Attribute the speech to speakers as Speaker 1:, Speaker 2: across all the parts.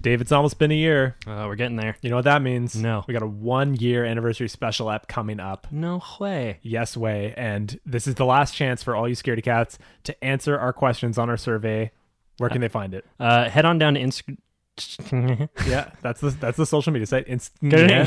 Speaker 1: Dave, it's almost been a year.
Speaker 2: Uh, we're getting there.
Speaker 1: You know what that means?
Speaker 2: No.
Speaker 1: We got a one year anniversary special app coming up.
Speaker 2: No way.
Speaker 1: Yes way. And this is the last chance for all you scaredy cats to answer our questions on our survey. Where can they find it?
Speaker 2: Uh, head on down to Instagram.
Speaker 1: Yeah, that's the that's the social media site. Inst-
Speaker 2: Go to,
Speaker 1: yeah.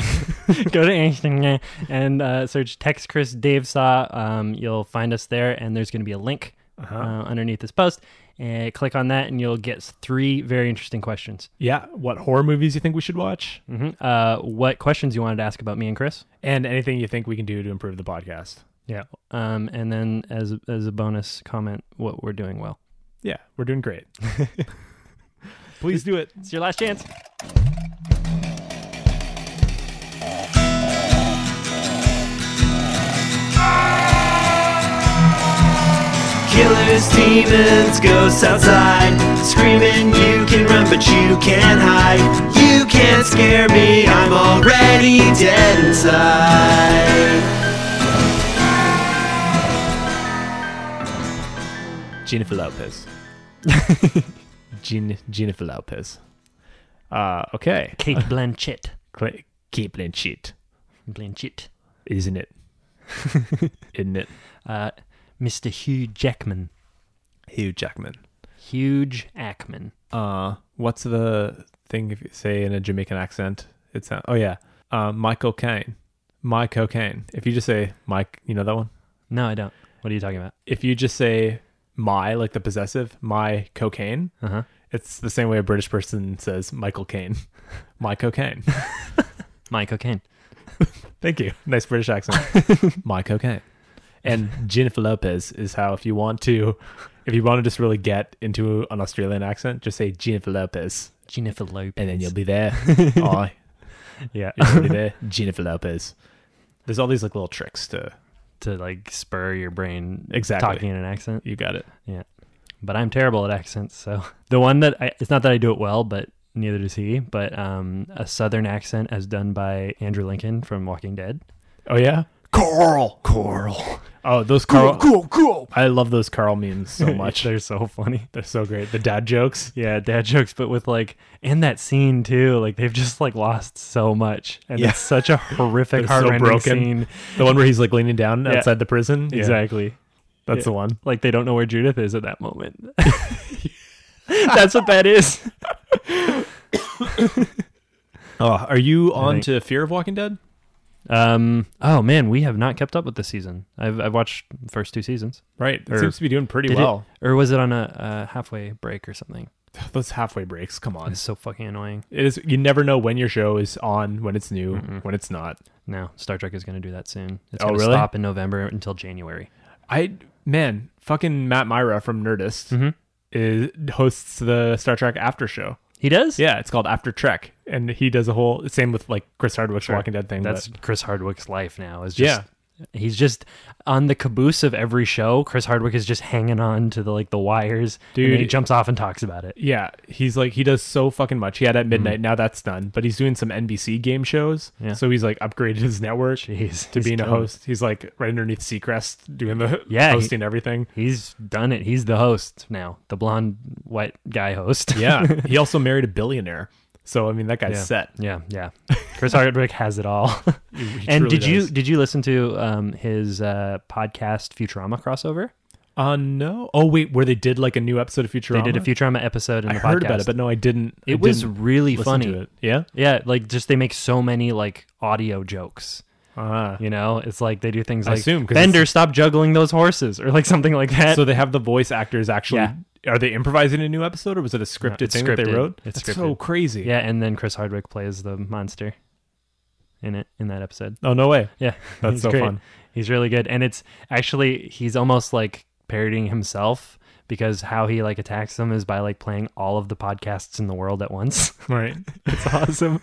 Speaker 2: go to Instagram and uh, search Text Chris Dave Saw. Um, you'll find us there, and there's going to be a link uh underneath this post. And click on that, and you'll get three very interesting questions.
Speaker 1: yeah, what horror movies you think we should watch,
Speaker 2: hmm Uh, what questions you wanted to ask about me and Chris?
Speaker 1: and anything you think we can do to improve the podcast.
Speaker 2: Yeah. Um, and then as as a bonus comment, what we're doing well.
Speaker 1: Yeah, we're doing great. Please do it.
Speaker 2: It's your last chance.
Speaker 3: Killers, demons, ghosts outside. Screaming, you can run, but you can't hide. You can't scare me, I'm already dead inside.
Speaker 1: Jennifer Lopez. Gin, Jennifer Lopez. Uh, okay.
Speaker 2: Kate Blanchett.
Speaker 1: Cl- Keep cheat,
Speaker 2: Blanchett.
Speaker 1: isn't it? isn't it?
Speaker 2: Uh, Mr. Hugh Jackman.
Speaker 1: Hugh Jackman.
Speaker 2: Huge Ackman.
Speaker 1: Uh, what's the thing if you say in a Jamaican accent? It's sound- oh yeah, uh, Michael Caine. My cocaine. If you just say Mike, you know that one.
Speaker 2: No, I don't. What are you talking about?
Speaker 1: If you just say my, like the possessive, my cocaine.
Speaker 2: Uh huh.
Speaker 1: It's the same way a British person says Michael Caine. My cocaine.
Speaker 2: My cocaine.
Speaker 1: Thank you. Nice British accent. My cocaine. And Jennifer Lopez is how if you want to if you want to just really get into an Australian accent, just say Jennifer Lopez
Speaker 2: Jennifer Lopez.
Speaker 1: and then you'll be there. Aye.
Speaker 2: yeah.
Speaker 1: You're already there. Jennifer Lopez. There's all these like little tricks to
Speaker 2: to like spur your brain
Speaker 1: Exactly.
Speaker 2: talking in an accent.
Speaker 1: you got it.
Speaker 2: Yeah. But I'm terrible at accents, so the one that I it's not that I do it well, but neither does he, but um a southern accent as done by Andrew Lincoln from Walking Dead.
Speaker 1: Oh yeah? Carl. Carl. Oh, those Carl cool, cool. I love those Carl memes so much.
Speaker 2: They're so funny.
Speaker 1: They're so great. The dad jokes.
Speaker 2: Yeah, dad jokes, but with like and that scene too, like they've just like lost so much. And
Speaker 1: Yeah.
Speaker 2: it's such a horrific
Speaker 1: They're so
Speaker 2: heart broken
Speaker 1: broken.
Speaker 2: scene.
Speaker 1: The one where he's like leaning down
Speaker 2: Yeah.
Speaker 1: outside the prison. Yeah,
Speaker 2: Exactly.
Speaker 1: That's
Speaker 2: Yeah.
Speaker 1: the one.
Speaker 2: Like they don't know where Judith is at that moment. That's what that is.
Speaker 1: Oh, are you on
Speaker 2: think-
Speaker 1: to Fear of Walking Dead?
Speaker 2: Um. Oh man, we have not kept up with this season. I've I've watched the first two seasons.
Speaker 1: Right. It
Speaker 2: Or-
Speaker 1: seems to be doing pretty
Speaker 2: Did it-
Speaker 1: well.
Speaker 2: or was it on a, a halfway break or something?
Speaker 1: Those halfway breaks, come on.
Speaker 2: It's so fucking annoying.
Speaker 1: It is you never know when your show is on, when it's new, when it's not.
Speaker 2: No, Star Trek is going to do that soon. It's
Speaker 1: Oh,
Speaker 2: going to
Speaker 1: really?
Speaker 2: stop in November until January.
Speaker 1: I man, fucking Matt Myra from Nerdist
Speaker 2: Mhm.
Speaker 1: is hosts the Star Trek after show.
Speaker 2: He does.
Speaker 1: Yeah, it's called After Trek. And he does a whole same with like Chris Hardwick's
Speaker 2: Sure.
Speaker 1: Walking Dead thing.
Speaker 2: That's
Speaker 1: but-
Speaker 2: Chris Hardwick's life now. Is just, yeah. He's just on the caboose of every show. Chris Hardwick is just hanging on to the like the wires. and
Speaker 1: Dude.
Speaker 2: then he jumps off and talks about it.
Speaker 1: yeah, he's like he does so fucking much. He had
Speaker 2: Mm-hmm.
Speaker 1: at midnight, now that's done. But he's doing some NBC game shows.
Speaker 2: Yeah.
Speaker 1: So he's like upgraded his network
Speaker 2: Jeez,
Speaker 1: to
Speaker 2: he's
Speaker 1: being a
Speaker 2: killing it.
Speaker 1: host. He's like right underneath Seacrest doing the
Speaker 2: Yeah, he-
Speaker 1: hosting everything.
Speaker 2: He's done it. He's the host now. The blonde white guy host.
Speaker 1: Yeah. he also married a billionaire. So I mean that guy's
Speaker 2: yeah.
Speaker 1: set.
Speaker 2: Yeah, yeah. Chris Hardwick has it all.
Speaker 1: he
Speaker 2: and
Speaker 1: truly
Speaker 2: did you
Speaker 1: does.
Speaker 2: did you listen to um, his uh, podcast Futurama crossover?
Speaker 1: Uh no. Oh wait, where they did like a new episode of Futurama.
Speaker 2: They did a Futurama episode in
Speaker 1: I
Speaker 2: the podcast.
Speaker 1: heard about it, but no, I didn't. I
Speaker 2: it was
Speaker 1: didn't
Speaker 2: really
Speaker 1: listen
Speaker 2: funny.
Speaker 1: to it. Yeah.
Speaker 2: Yeah, like just they make so many like audio jokes.
Speaker 1: Uh,
Speaker 2: You know, it's like they do things
Speaker 1: I
Speaker 2: like
Speaker 1: assume, 'cause
Speaker 2: Bender,
Speaker 1: it's-
Speaker 2: stop juggling those horses, or like something like that.
Speaker 1: so they have the voice actors actually.
Speaker 2: Yeah.
Speaker 1: Are they improvising a new episode, or was it a scripted
Speaker 2: it's
Speaker 1: thing that they
Speaker 2: scripted.
Speaker 1: wrote?
Speaker 2: It's
Speaker 1: That's so
Speaker 2: scripted.
Speaker 1: crazy.
Speaker 2: yeah, and then Chris Hardwick plays the monster in it in that episode.
Speaker 1: Oh no way.
Speaker 2: Yeah,
Speaker 1: That's
Speaker 2: he's
Speaker 1: so fun.
Speaker 2: He's really good, and it's actually he's almost like parodying himself because how he like attacks them is by like playing all of the podcasts in the world at once.
Speaker 1: Right.
Speaker 2: it's awesome.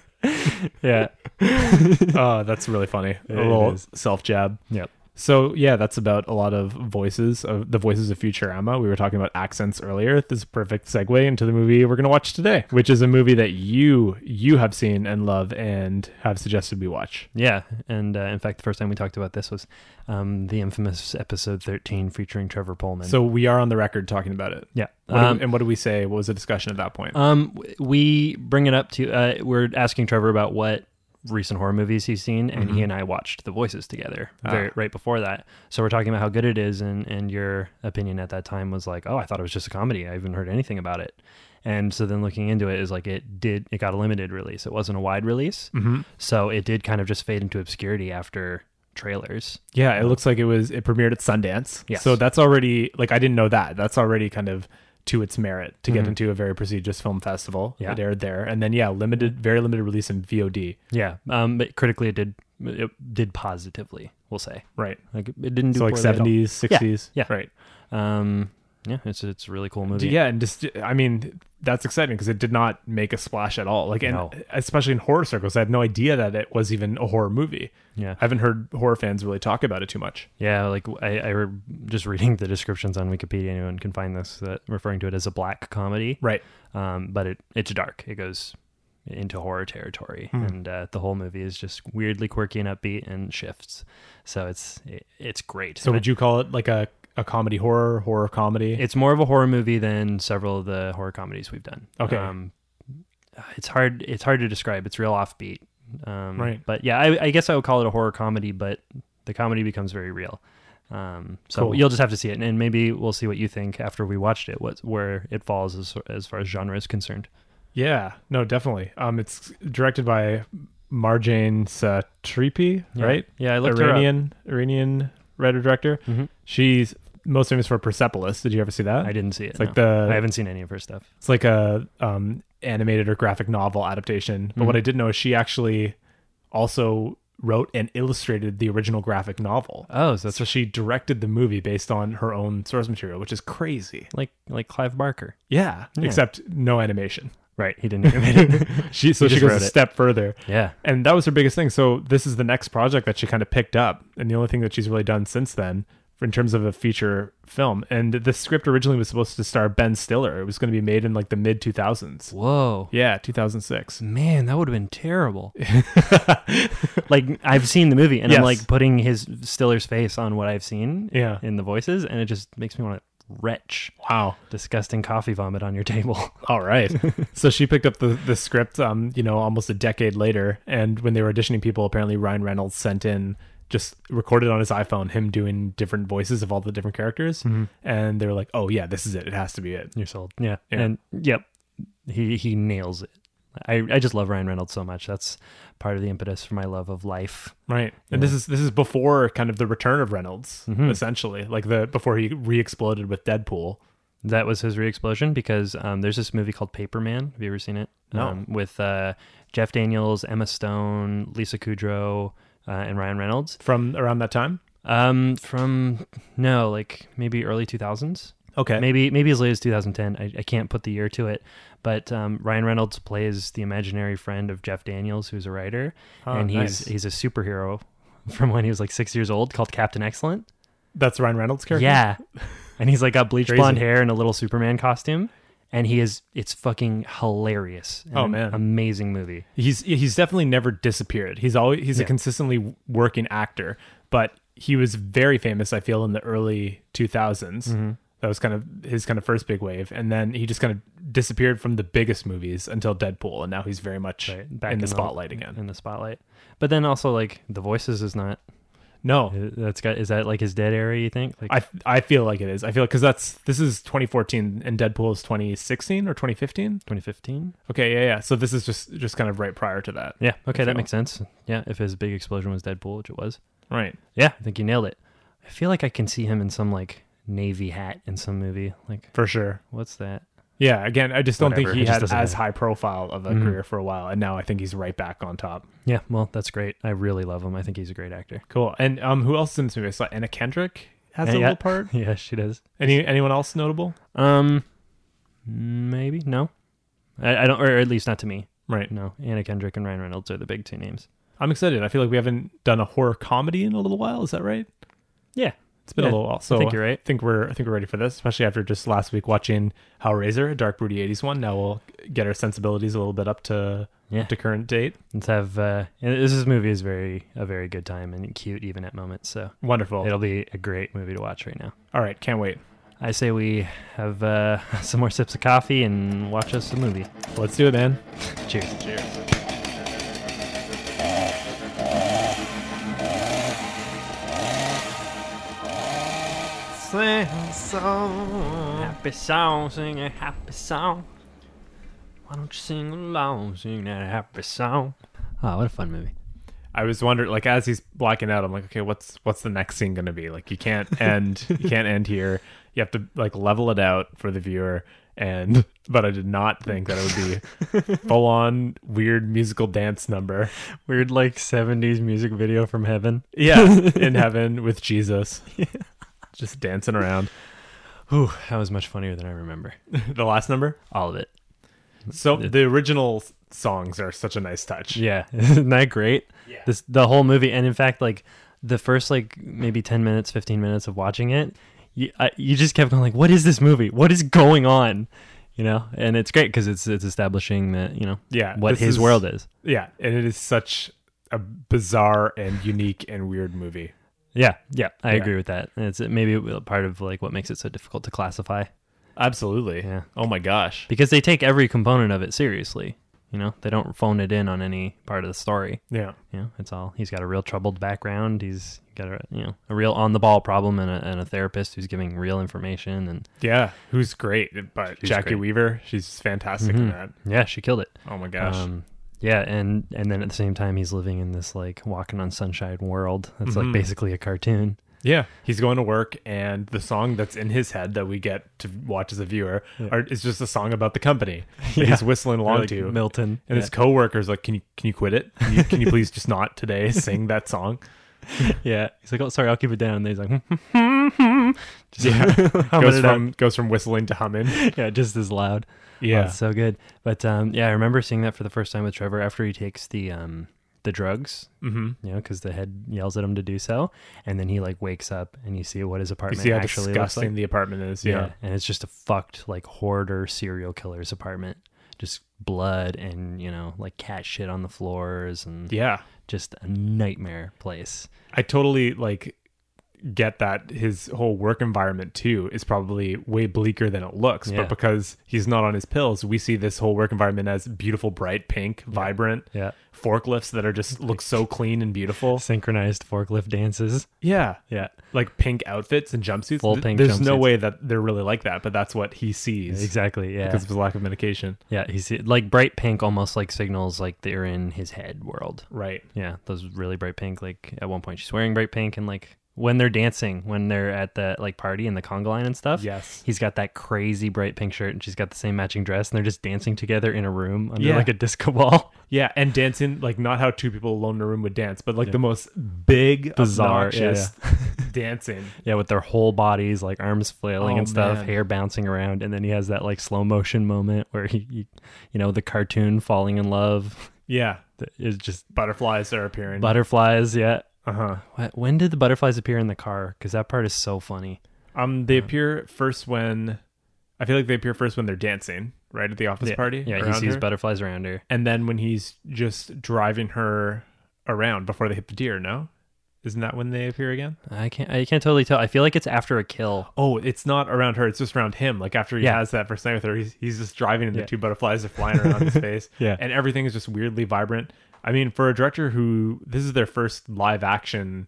Speaker 2: yeah.
Speaker 1: oh, that's really funny. a
Speaker 2: it
Speaker 1: little
Speaker 2: is.
Speaker 1: self jab.
Speaker 2: Yep.
Speaker 1: So yeah, that's about a lot of voices of the voices of Futurama. We were talking about accents earlier. This is a perfect segue into the movie we're going to watch today, which is a movie that you you have seen and love and have suggested we watch.
Speaker 2: Yeah, and uh, in fact, the first time we talked about this was um, the infamous episode thirteen featuring Trevor Pullman.
Speaker 1: So we are on the record talking about it.
Speaker 2: yeah,
Speaker 1: What do we-
Speaker 2: um,
Speaker 1: and what do we say? What was the discussion at that point?
Speaker 2: um, w- we bring it up to uh, we're asking Trevor about what recent horror movies he's seen, and
Speaker 1: Mm-hmm.
Speaker 2: he and I watched The Voices together
Speaker 1: Ah.
Speaker 2: very, right before that. So we're talking about how good it is, and and your opinion at that time was like, oh, I thought it was just a comedy. I haven't heard anything about it. And so then looking into it is like it did it got a limited release. It wasn't a wide release,
Speaker 1: Mm-hmm.
Speaker 2: so it did kind of just fade into obscurity after trailers.
Speaker 1: Yeah, it looks like it was it premiered at Sundance.
Speaker 2: Yes.
Speaker 1: So that's already like I didn't know that. That's already kind of to its merit to get into a very prestigious film festival.
Speaker 2: Mm-hmm. Yeah.
Speaker 1: It aired there. And then yeah, limited very limited release in VOD.
Speaker 2: Yeah, um, but critically it did it did positively. We'll say
Speaker 1: Right.
Speaker 2: like it didn't do
Speaker 1: so like
Speaker 2: poorly at all.
Speaker 1: seventies, sixties.
Speaker 2: yeah.
Speaker 1: Right.
Speaker 2: Um, yeah, it's it's a really cool movie.
Speaker 1: Yeah, and just I mean, that's exciting because it did not make a splash at all. Like and
Speaker 2: No.
Speaker 1: especially in horror circles, I had no idea that it was even a horror movie.
Speaker 2: Yeah.
Speaker 1: I haven't heard horror fans really talk about it too much.
Speaker 2: Yeah, like I, I re- just reading the descriptions on Wikipedia, anyone can find this that referring to it as a black comedy.
Speaker 1: Right.
Speaker 2: Um, but it it's dark. It goes into horror territory, and uh, the whole movie is just weirdly quirky and upbeat and shifts. So it's it, it's great.
Speaker 1: So would you call it like a, a comedy horror, horror comedy?
Speaker 2: it's more of a horror movie than several of the horror comedies we've done.
Speaker 1: Okay.
Speaker 2: Um, it's hard. It's hard to describe. It's real offbeat. Um,
Speaker 1: Right.
Speaker 2: But yeah, I, I guess I would call it a horror comedy, but the comedy becomes very real. Um, so
Speaker 1: Cool.
Speaker 2: you'll just have to see it, and maybe we'll see what you think after we watched it. What where it falls as as far as genre is concerned.
Speaker 1: Yeah, no, definitely. Um, it's directed by Marjane Satripi,
Speaker 2: Yeah.
Speaker 1: right?
Speaker 2: Yeah, I looked her up.
Speaker 1: Iranian, Iranian writer director.
Speaker 2: Mhm.
Speaker 1: She's most famous for Persepolis. Did you ever see that?
Speaker 2: I didn't see it.
Speaker 1: It's like
Speaker 2: no.
Speaker 1: the
Speaker 2: I haven't seen any of her stuff.
Speaker 1: it's like a um animated or graphic novel adaptation.
Speaker 2: Mm-hmm.
Speaker 1: But what I did know is she actually also wrote and illustrated the original graphic novel.
Speaker 2: Oh, so
Speaker 1: so she directed the movie based on her own source material, which is crazy.
Speaker 2: like like Clive Barker.
Speaker 1: Yeah,
Speaker 2: Yeah.
Speaker 1: except no animation.
Speaker 2: Right. He didn't animate it.
Speaker 1: She so
Speaker 2: He
Speaker 1: she goes
Speaker 2: just
Speaker 1: a
Speaker 2: wrote it.
Speaker 1: step further.
Speaker 2: yeah.
Speaker 1: and that was her biggest thing. So this is the next project that she kind of picked up, and the only thing that she's really done since then for- in terms of a feature film. And the script originally was supposed to star Ben Stiller. It was going to be made in like the mid 2000s.
Speaker 2: Whoa.
Speaker 1: Yeah, 2006.
Speaker 2: Man, that would have been terrible. like I've seen the movie, and I'm
Speaker 1: Yes.
Speaker 2: like putting his Stiller's face on what I've seen
Speaker 1: Yeah.
Speaker 2: in the voices, and it just makes me want to retch.
Speaker 1: Wow.
Speaker 2: Disgusting coffee vomit on your table.
Speaker 1: All right. so she picked up the, the script, um, you know, almost a decade later. And when they were auditioning people, apparently Ryan Reynolds sent in just recorded on his iPhone him doing different voices of all the different characters. And they were like, oh, yeah, this is it. It has to be it.
Speaker 2: You're sold. Yeah.
Speaker 1: Yeah.
Speaker 2: And yep, he he nails it. I, I just love Ryan Reynolds so much. That's part of the impetus for my love of life.
Speaker 1: Right. And this is this is before kind of the return of Reynolds, essentially. Like the before he re exploded with Deadpool.
Speaker 2: That was his re-explosion because um, there's this movie called Paper Man. Have you ever seen it?
Speaker 1: No.
Speaker 2: Um, with uh, Jeff Daniels, Emma Stone, Lisa Kudrow, uh, and Ryan Reynolds.
Speaker 1: From around that time?
Speaker 2: Um, from no, like maybe early two thousands,
Speaker 1: Okay.
Speaker 2: maybe maybe as late as two thousand ten. I, I can't put the year to it, but um, Ryan Reynolds plays the imaginary friend of Jeff Daniels, who's a writer,
Speaker 1: Oh,
Speaker 2: and he's
Speaker 1: nice.
Speaker 2: he's a superhero from when he was like six years old, called Captain Excellent.
Speaker 1: That's Ryan Reynolds' character?
Speaker 2: Yeah, and he's like got bleach
Speaker 1: Crazy.
Speaker 2: blonde hair and a little Superman costume, and he is it's fucking hilarious. and
Speaker 1: Oh,
Speaker 2: an
Speaker 1: man.
Speaker 2: amazing movie.
Speaker 1: He's he's definitely never disappeared. He's always he's a
Speaker 2: Yeah.
Speaker 1: consistently working actor, but he was very famous, I feel, in the early two That was kind of his kind of first big wave. And then he just kind of disappeared from the biggest movies until Deadpool, and now he's very much
Speaker 2: Back
Speaker 1: in the spotlight again.
Speaker 2: In the spotlight, but then also like the voices is not
Speaker 1: no.
Speaker 2: That's got is that like his dead area? You think? Like
Speaker 1: I, I feel like it is. I feel because that's this is 2014 and Deadpool is 2016 or 2015.
Speaker 2: 2015?
Speaker 1: Okay, yeah, yeah. So this is just just kind of right prior to that,
Speaker 2: Yeah. Okay,
Speaker 1: feel.
Speaker 2: that makes sense. Yeah, if his big explosion was Deadpool, which it was.
Speaker 1: right?
Speaker 2: Yeah, I think you nailed it. I feel like I can see him in some like navy hat in some movie. Like
Speaker 1: For sure.
Speaker 2: what's that?
Speaker 1: Yeah. Again, I just don't
Speaker 2: Whatever,
Speaker 1: think he
Speaker 2: it just
Speaker 1: had as
Speaker 2: doesn't matter. Mm-hmm.
Speaker 1: high profile of a career for a while, and now I think he's right back on top.
Speaker 2: Yeah. Well, that's great. I really love him. I think he's a great actor.
Speaker 1: Cool. And um, who else is in this movie? I saw Anna Kendrick has a
Speaker 2: Yeah, yeah.
Speaker 1: little part.
Speaker 2: yeah, she does.
Speaker 1: Any anyone else notable?
Speaker 2: Um, maybe no. I, I don't, or at least not to me.
Speaker 1: Right.
Speaker 2: No, Anna Kendrick and Ryan Reynolds are the big two names.
Speaker 1: I'm excited. I feel like we haven't done a horror comedy in a little while. Is that right?
Speaker 2: Yeah.
Speaker 1: It's been
Speaker 2: Yeah,
Speaker 1: a little while. So
Speaker 2: think you're right.
Speaker 1: I think we're I think we're ready for this, especially after just last week watching Hellraiser, a dark broody '80s one. Now we'll get our sensibilities a little bit up to
Speaker 2: Yeah.
Speaker 1: to current date.
Speaker 2: Let's have uh, and this is- movie is very a very good time and cute even at moments. So
Speaker 1: Wonderful.
Speaker 2: it'll be a great movie to watch right now.
Speaker 1: All right, can't wait.
Speaker 2: I say we have uh, some more sips of coffee and watch us a movie.
Speaker 1: Let's do it, man.
Speaker 2: Cheers.
Speaker 3: Sing a song.
Speaker 2: Happy song, sing a happy song. Why don't you sing along, sing that happy song? Oh, what a fun movie.
Speaker 1: I was wondering, like, as he's blacking out, I'm like, okay, what's what's the next scene gonna be? Like, you can't end, you can't end here. You have to like level it out for the viewer. And but I did not think that it would be full on weird musical dance number.
Speaker 2: Weird, like 70s music video from heaven.
Speaker 1: Yeah, in heaven with Jesus, just dancing around.
Speaker 2: Whew, that was much funnier than I remember.
Speaker 1: The last number.
Speaker 2: All of it.
Speaker 1: So the original s- songs are such a nice touch.
Speaker 2: Yeah, isn't that great?
Speaker 1: Yeah.
Speaker 2: This the whole movie, and in fact, like the first like maybe ten minutes, fifteen minutes of watching it, you I, you just kept going like, "What is this movie? What is going on?" You know, and it's great because it's it's establishing that you know
Speaker 1: Yeah,
Speaker 2: what
Speaker 1: this
Speaker 2: his
Speaker 1: is-
Speaker 2: world is.
Speaker 1: Yeah, and it is such a bizarre and unique and weird movie.
Speaker 2: Yeah, yeah, I
Speaker 1: Yeah.
Speaker 2: agree with that. And it's maybe it will- part of like what makes it so difficult to classify
Speaker 1: Absolutely.
Speaker 2: Yeah.
Speaker 1: Oh my gosh.
Speaker 2: because they take every component of it seriously. You know, they don't phone it in on any part of the story.
Speaker 1: Yeah.
Speaker 2: you know, it's all he's got a real troubled background. He's got a you know a real on the ball problem and a, and a therapist who's giving real information. And
Speaker 1: Yeah. Who's great, but
Speaker 2: She's
Speaker 1: Jackie
Speaker 2: great.
Speaker 1: Weaver, she's fantastic in that.
Speaker 2: yeah, she killed it. Um,
Speaker 1: Oh my gosh.
Speaker 2: yeah, and and then at the same time he's living in this like walking on sunshine world. That's like basically a cartoon.
Speaker 1: yeah. He's going to work and the song that's in his head that we get to watch as a viewer are, is just a song about the company that he's whistling along
Speaker 2: Or, like,
Speaker 1: to.
Speaker 2: Milton.
Speaker 1: and his coworker's like, "Can you can you quit it? Can you, can you please just not today sing that song?"
Speaker 2: yeah. yeah, he's like, oh, sorry, I'll keep it down. And then he's like, just humming
Speaker 1: Goes
Speaker 2: it out.
Speaker 1: from goes from whistling to humming.
Speaker 2: yeah, just as loud.
Speaker 1: Yeah.
Speaker 2: Oh, it's so good. But um, yeah, I remember seeing that for the first time with Trevor after he takes the um, the drugs. Mm-hmm. You know, because the head yells at him to do so, and then he like wakes up and you see what his
Speaker 1: You
Speaker 2: apartment
Speaker 1: see how
Speaker 2: actually looks
Speaker 1: disgusting
Speaker 2: like.
Speaker 1: the apartment is. Yeah.
Speaker 2: and it's just a fucked like hoarder serial killer's apartment. Just blood and you know like cat shit on the floors and
Speaker 1: Yeah.
Speaker 2: just a nightmare place.
Speaker 1: I totally like get that his whole work environment too is probably way bleaker than it looks.
Speaker 2: Yeah.
Speaker 1: But because he's not on his pills, we see this whole work environment as beautiful, bright pink, vibrant.
Speaker 2: Yeah.
Speaker 1: Forklifts that are just look so clean and beautiful.
Speaker 2: Synchronized forklift dances.
Speaker 1: Yeah.
Speaker 2: Yeah,
Speaker 1: Like pink outfits and jumpsuits.
Speaker 2: Full
Speaker 1: Th-
Speaker 2: pink
Speaker 1: There's no
Speaker 2: jumpsuits.
Speaker 1: way that they're really like that, but that's what he sees
Speaker 2: exactly. Yeah,
Speaker 1: because of his lack of medication.
Speaker 2: yeah. He's like bright pink, almost like signals like they're in his head world.
Speaker 1: Right.
Speaker 2: Yeah, those really bright pink. Like at one point, she's wearing bright pink, and like when they're dancing, when they're at the like party and the conga line and stuff.
Speaker 1: Yes.
Speaker 2: he's got that crazy bright pink shirt, and she's got the same matching dress, and they're just dancing together in a room under
Speaker 1: Yeah.
Speaker 2: like a disco ball.
Speaker 1: Yeah, and dancing like not how two people alone in a room would dance, but like the most big,
Speaker 2: Bizarre,
Speaker 1: bizarre, obnoxious dancing.
Speaker 2: yeah, with their whole bodies like arms flailing
Speaker 1: Oh,
Speaker 2: and stuff,
Speaker 1: man.
Speaker 2: hair bouncing around, and then he has that like slow motion moment where he, he you know, the cartoon falling in love.
Speaker 1: Yeah,
Speaker 2: It's just
Speaker 1: butterflies are appearing.
Speaker 2: butterflies. Yeah.
Speaker 1: uh huh.
Speaker 2: What- When did the butterflies appear in the car? Because that part is so funny.
Speaker 1: Um, they appear first when I feel like they appear first when they're dancing, right at the office party.
Speaker 2: Yeah, he
Speaker 1: around
Speaker 2: sees
Speaker 1: her.
Speaker 2: butterflies around her.
Speaker 1: and then when he's just driving her around before they hit the deer. No, isn't that when they appear again?
Speaker 2: I can't. I can't totally tell. I feel like it's after a kill.
Speaker 1: Oh, it's not around her; it's just around him. Like after he
Speaker 2: Yeah.
Speaker 1: has that first night with her, he's, he's just driving, and
Speaker 2: Yeah.
Speaker 1: the two butterflies are flying around his face.
Speaker 2: Yeah.
Speaker 1: and everything is just weirdly vibrant. I mean, for a director who this is their first live action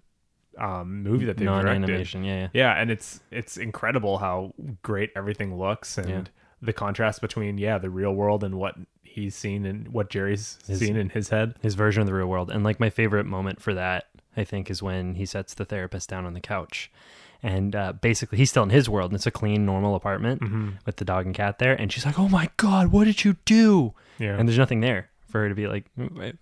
Speaker 1: um, movie that they've directed,
Speaker 2: Non-animation. Yeah, yeah.
Speaker 1: yeah, and it's it's incredible how great everything looks and
Speaker 2: Yeah.
Speaker 1: the contrast between yeah the real world and what he's seen and what Jerry's seen in his head.
Speaker 2: His version of the real world, and like my favorite moment for that, I think, is when he sets the therapist down on the couch, and uh, basically he's still in his world, and it's a clean, normal apartment
Speaker 1: Mm-hmm.
Speaker 2: with the dog and cat there, and she's like, "Oh my god, what did you do?"
Speaker 1: Yeah.
Speaker 2: And there's nothing there for her to be like,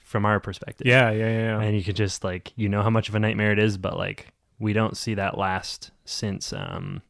Speaker 2: from our perspective.
Speaker 1: Yeah, yeah, yeah. yeah.
Speaker 2: and you could just like you know how much of a nightmare it is but like we don't see that last since um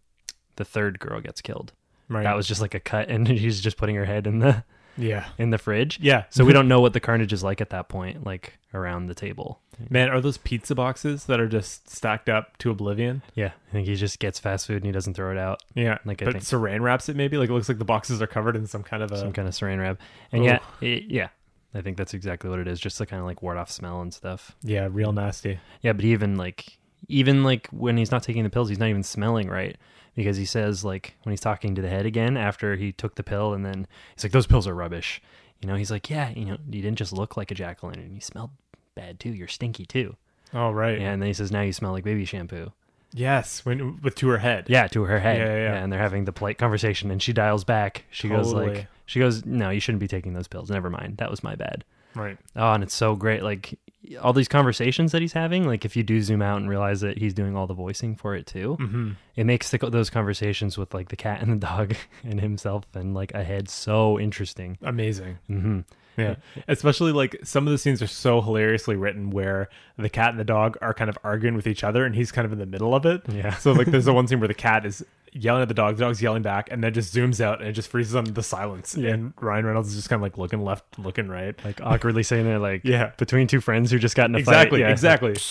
Speaker 2: the third girl gets killed
Speaker 1: Right.
Speaker 2: that was just like a cut and she's just putting her head in the
Speaker 1: Yeah.
Speaker 2: in the fridge.
Speaker 1: Yeah.
Speaker 2: So we don't know what the carnage is like at that point, like around the table.
Speaker 1: Man, are those pizza boxes that are just stacked up to oblivion?
Speaker 2: Yeah, I think he just gets fast food and he doesn't throw it out.
Speaker 1: Yeah.
Speaker 2: Like, I
Speaker 1: but
Speaker 2: think-
Speaker 1: saran wraps it maybe? Like it looks like the boxes are covered in some kind of a
Speaker 2: Some kind of saran wrap, and
Speaker 1: Ooh.
Speaker 2: yeah, it- yeah, I think that's exactly what it is, just to kind of like ward off smell and stuff.
Speaker 1: Yeah, real nasty.
Speaker 2: Yeah, but even like even like when he's not taking the pills, he's not even smelling right because he says like when he's talking to the head again after he took the pill and then he's like those pills are rubbish. You know, he's like, "Yeah, you know, you didn't just look like a jack o' lantern, you smelled bad too. You're stinky too."
Speaker 1: Oh right.
Speaker 2: Yeah, and then he says, "Now you smell like baby shampoo."
Speaker 1: Yes, when with to her head.
Speaker 2: Yeah, to her head.
Speaker 1: Yeah, yeah, yeah.
Speaker 2: and they're having the polite conversation and she dials back. She goes
Speaker 1: Totally.
Speaker 2: like she goes, "No, you shouldn't be taking those pills. Never mind. That was my bad."
Speaker 1: Right.
Speaker 2: Oh, and it's so great. Like all these conversations that he's having, like if you do zoom out and realize that he's doing all the voicing for it too,
Speaker 1: Mm-hmm.
Speaker 2: it makes the, those conversations with like the cat and the dog and himself and like a head so interesting.
Speaker 1: Amazing.
Speaker 2: hmm
Speaker 1: Yeah. Especially like some of the scenes are so hilariously written where the cat and the dog are kind of arguing with each other and he's kind of in the middle of it.
Speaker 2: Yeah.
Speaker 1: So like there's the one scene where the cat is yelling at the dog, the dog's yelling back, and then just zooms out and it just freezes on the silence. And Ryan Reynolds is just kind of like looking left, looking right.
Speaker 2: Like awkwardly sitting there, like
Speaker 1: Yeah.
Speaker 2: between two friends who just got in a
Speaker 1: Exactly,
Speaker 2: fight. Yeah.
Speaker 1: exactly.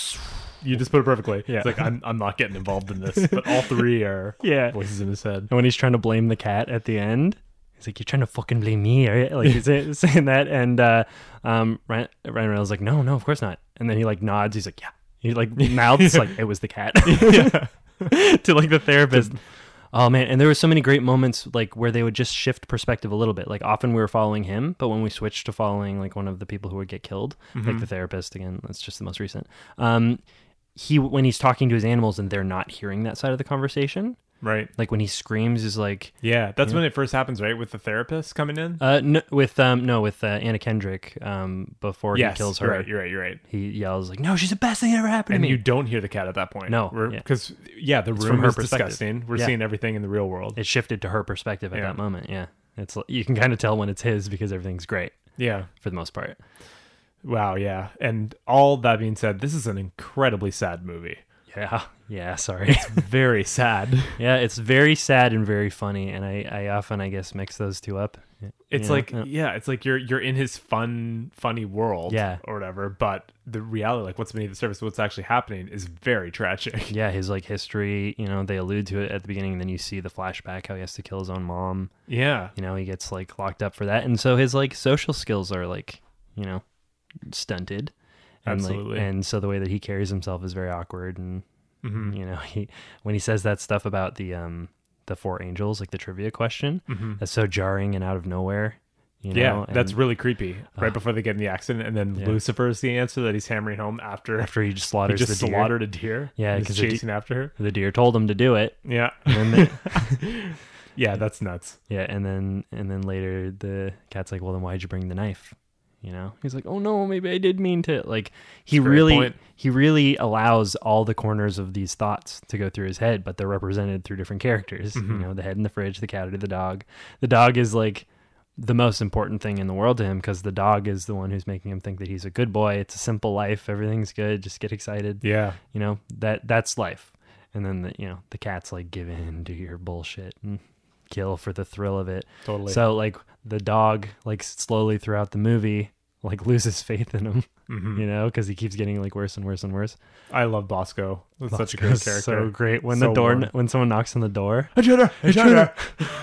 Speaker 1: You just put it perfectly.
Speaker 2: Yeah.
Speaker 1: It's like I'm I'm not getting involved in this. But all three are
Speaker 2: Yeah.
Speaker 1: voices in his head.
Speaker 2: And when he's trying to blame the cat at the end, he's like, "You're trying to fucking blame me, right?" Like he's saying that, and uh, um, Ryan, Ryan Reynolds is like, "No, no, of course not." And then he like nods. He's like, "Yeah." He like mouths like it was the cat to like the therapist. Oh man, and there were so many great moments like where they would just shift perspective a little bit. Like often we were following him, but when we switched to following like one of the people who would get killed, like the therapist again, that's just the most recent. Um he when he's talking to his animals and they're not hearing that side of the conversation,
Speaker 1: Right.
Speaker 2: like when he screams is like
Speaker 1: Yeah. That's when it first happens, right? With the therapist coming in.
Speaker 2: uh no, with um no with uh, Anna Kendrick um before he kills her
Speaker 1: You're right, you're right, you're right.
Speaker 2: he yells like no she's the best thing that ever happened
Speaker 1: and
Speaker 2: to me
Speaker 1: you don't hear the cat at that point.
Speaker 2: No, yeah.
Speaker 1: because yeah. the room
Speaker 2: from her
Speaker 1: is
Speaker 2: perspective.
Speaker 1: disgusting. We're
Speaker 2: Yeah.
Speaker 1: seeing everything in the real world.
Speaker 2: it shifted to her perspective at
Speaker 1: Yeah.
Speaker 2: that moment yeah it's l- you can kind of tell when it's his because everything's great
Speaker 1: yeah.
Speaker 2: for the most part
Speaker 1: Wow. Yeah. And all that being said, this is an incredibly sad movie.
Speaker 2: yeah yeah sorry
Speaker 1: Very sad.
Speaker 2: yeah it's very sad and very funny and I I often I guess mix those two up
Speaker 1: It's
Speaker 2: Yeah.
Speaker 1: like yeah, it's like you're you're in his fun, funny world,
Speaker 2: Yeah.
Speaker 1: or whatever. But the reality, like what's beneath the surface, what's actually happening, is very tragic.
Speaker 2: yeah his like history you know they allude to it at the beginning and then you see the flashback how he has to kill his own mom
Speaker 1: Yeah.
Speaker 2: you know he gets like locked up for that and so his like social skills are like you know stunted and, like,
Speaker 1: Absolutely.
Speaker 2: and so the way that he carries himself is very awkward and
Speaker 1: Mhm.
Speaker 2: you know he when he says that stuff about the um the four angels like the trivia question
Speaker 1: Mhm.
Speaker 2: that's so jarring and out of nowhere you know
Speaker 1: Yeah, that's
Speaker 2: and Uh-huh.
Speaker 1: really creepy. Right before they get in the accident, and then
Speaker 2: Yeah.
Speaker 1: Lucifer is the answer that he's hammering home after
Speaker 2: after he just
Speaker 1: he
Speaker 2: slaughters
Speaker 1: just
Speaker 2: the deer
Speaker 1: slaughtered a deer.
Speaker 2: Yeah,
Speaker 1: and is
Speaker 2: 'cause the de-
Speaker 1: chasing after her.
Speaker 2: the deer told him to do it
Speaker 1: Yeah.
Speaker 2: and then
Speaker 1: yeah, that's nuts.
Speaker 2: yeah and then and then later the cat's like well then why'd you bring the knife you know he's like oh no maybe i did mean to like he
Speaker 1: a great
Speaker 2: really
Speaker 1: point.
Speaker 2: he really allows all the corners of these thoughts to go through his head but they're represented through different characters
Speaker 1: Mm-hmm.
Speaker 2: you know the head in the fridge the cat or the dog the dog is like the most important thing in the world to him because the dog is the one who's making him think that he's a good boy it's a simple life everything's good just get excited
Speaker 1: Yeah.
Speaker 2: you know that that's life and then the, you know the cat's like give in to your bullshit and kill for the thrill of it
Speaker 1: Totally.
Speaker 2: so like the dog like slowly throughout the movie like loses faith in him
Speaker 1: Mm-hmm.
Speaker 2: you know because he keeps getting like worse and worse and worse
Speaker 1: I love Bosco. That's such a great character.
Speaker 2: so great when
Speaker 1: So
Speaker 2: the door
Speaker 1: warm.
Speaker 2: when someone knocks on the door
Speaker 1: Jenner, Jenner.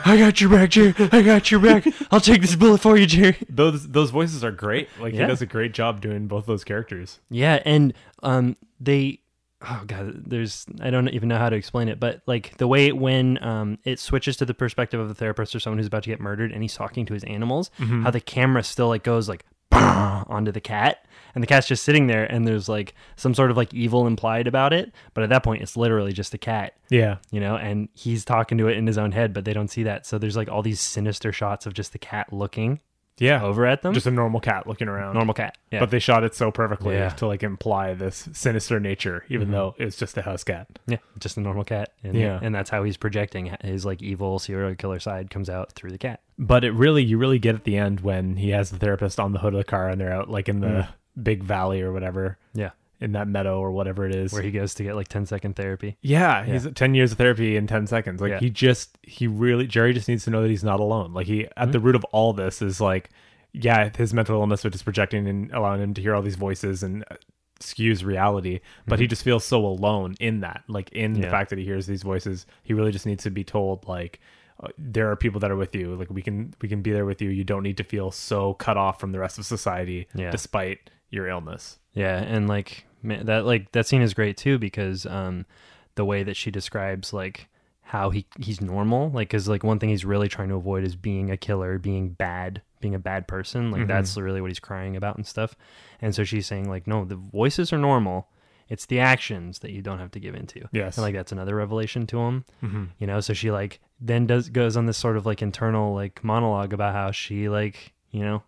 Speaker 2: i got your back jerry i got your back i'll take this bullet for you jerry
Speaker 1: Those those voices are great. Like
Speaker 2: Yeah.
Speaker 1: he does a great job doing both those characters.
Speaker 2: Yeah, and um, they, oh god, there's I don't even know how to explain it, but like the way when um it switches to the perspective of the therapist or someone who's about to get murdered, and he's talking to his animals,
Speaker 1: Mm-hmm.
Speaker 2: how the camera still like goes like "Bah!" onto the cat, and the cat's just sitting there, and there's like some sort of like evil implied about it, but at that point it's literally just a cat.
Speaker 1: Yeah.
Speaker 2: You know, and he's talking to it in his own head, but they don't see that. So there's like all these sinister shots of just the cat looking
Speaker 1: Yeah.
Speaker 2: over at them.
Speaker 1: Just a Hmm? normal cat looking around.
Speaker 2: normal cat. Yeah.
Speaker 1: But they shot it so perfectly
Speaker 2: Yeah.
Speaker 1: to like imply this sinister nature, even though it's just a house cat.
Speaker 2: Yeah, just a normal cat. And,
Speaker 1: Yeah.
Speaker 2: and that's how he's projecting his like evil serial killer side comes out through the cat.
Speaker 1: But it really, you really get at the Hmm. end when he has the therapist on the hood of the car and they're out like in the big valley or whatever.
Speaker 2: Yeah,
Speaker 1: in that meadow or whatever it is.
Speaker 2: where he goes to get like 10 second therapy.
Speaker 1: yeah, he's at 10 years of therapy in 10 seconds. Like
Speaker 2: Yeah.
Speaker 1: he just he really Jerry just needs to know that he's not alone. Like he
Speaker 2: Mm-hmm.
Speaker 1: at the root of all this is like yeah, his mental illness which is projecting and allowing him to hear all these voices and uh, skews reality, but he just feels so alone in that. Like in the
Speaker 2: Mm-hmm. Yeah.
Speaker 1: fact that he hears these voices, he really just needs to be told like uh, there are people that are with you. Like we can we can be there with you. You don't need to feel so cut off from the rest of society
Speaker 2: Yeah.
Speaker 1: despite your illness.
Speaker 2: Yeah, and like ma- that like that scene is great too because um the way that she describes like how he he's normal like cuz like one thing he's really trying to avoid is being a killer, being bad, being a bad person. Like that's really what he's crying about and stuff. And so she's saying like no, the voices are normal. It's the actions that you don't have to give into.
Speaker 1: Yes.
Speaker 2: And like that's another revelation to him.
Speaker 1: Mm-hmm.
Speaker 2: You know, so she like then does goes on this sort of like internal like monologue about how she like, you know,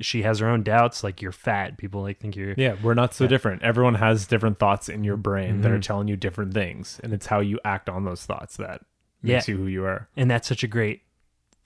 Speaker 2: she has her own doubts like you're fat. People like think you're
Speaker 1: Yeah, we're not so different. Everyone has different thoughts in your brain that
Speaker 2: Mm-hmm.
Speaker 1: are telling you different things, and it's how you act on those thoughts that makes
Speaker 2: Yeah.
Speaker 1: you who you are.
Speaker 2: and that's such a great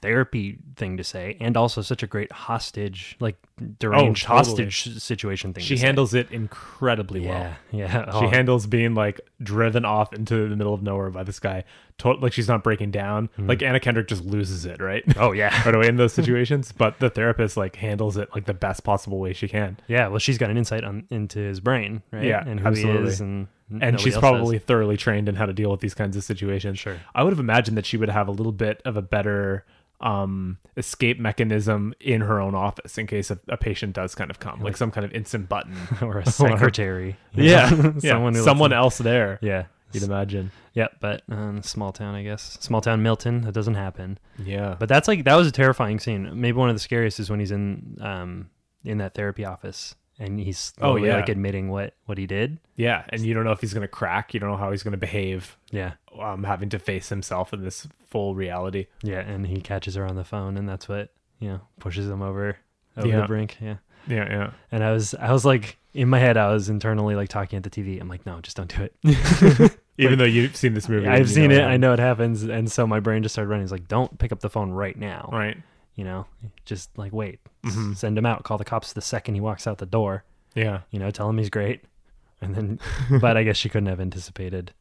Speaker 2: therapy thing to say and also such a great hostage like deranged
Speaker 1: Oh, totally.
Speaker 2: hostage situation thing
Speaker 1: She
Speaker 2: to say.
Speaker 1: handles it incredibly
Speaker 2: yeah
Speaker 1: well.
Speaker 2: yeah
Speaker 1: She
Speaker 2: Oh,
Speaker 1: handles being like driven off into the middle of nowhere by this guy. To- like she's not breaking down. Like Anna Kendrick just loses it, right?
Speaker 2: Mm. oh yeah
Speaker 1: right away in those situations. But the therapist like handles it like the best possible way she can.
Speaker 2: yeah well she's got an insight on into his brain right
Speaker 1: Yeah,
Speaker 2: and who he is
Speaker 1: absolutely.
Speaker 2: and
Speaker 1: and
Speaker 2: nobody
Speaker 1: she's
Speaker 2: else
Speaker 1: probably
Speaker 2: does.
Speaker 1: thoroughly trained in how to deal with these kinds of situations.
Speaker 2: Sure.
Speaker 1: I would have imagined that she would have a little bit of a better um, escape mechanism in her own office in case a, a patient does kind of come, like, some kind of instant button.
Speaker 2: or a secretary you
Speaker 1: yeah,
Speaker 2: know?
Speaker 1: yeah,
Speaker 2: someone who
Speaker 1: someone
Speaker 2: lets
Speaker 1: else there.
Speaker 2: him- yeah
Speaker 1: You'd imagine.
Speaker 2: yeah but um, small town i guess small town milton that doesn't happen
Speaker 1: Yeah,
Speaker 2: But that's like that was a terrifying scene. Maybe one of the scariest is when he's in um in that therapy office and he's
Speaker 1: Oh,
Speaker 2: slowly
Speaker 1: yeah.
Speaker 2: like admitting what what he did.
Speaker 1: yeah, and you don't know if he's gonna crack. You don't know how he's gonna behave.
Speaker 2: Yeah.
Speaker 1: Um, having to face himself in this full reality.
Speaker 2: Yeah, and he catches her on the phone and that's what, you know, pushes him over over
Speaker 1: Yeah.
Speaker 2: the brink. Yeah.
Speaker 1: Yeah, yeah.
Speaker 2: And I was I was like in my head I was internally like talking at the TV. I'm like, no, just don't do it.
Speaker 1: Even though you've seen this movie,
Speaker 2: I've
Speaker 1: and you
Speaker 2: seen it, I
Speaker 1: happened.
Speaker 2: know it happens, and so my brain just started running. It's like, don't pick up the phone right now.
Speaker 1: Right.
Speaker 2: You know? Just like wait. S- Send him out, call the cops the second he walks out the door.
Speaker 1: Yeah.
Speaker 2: you know, tell him he's great. And then, but I guess she couldn't have anticipated.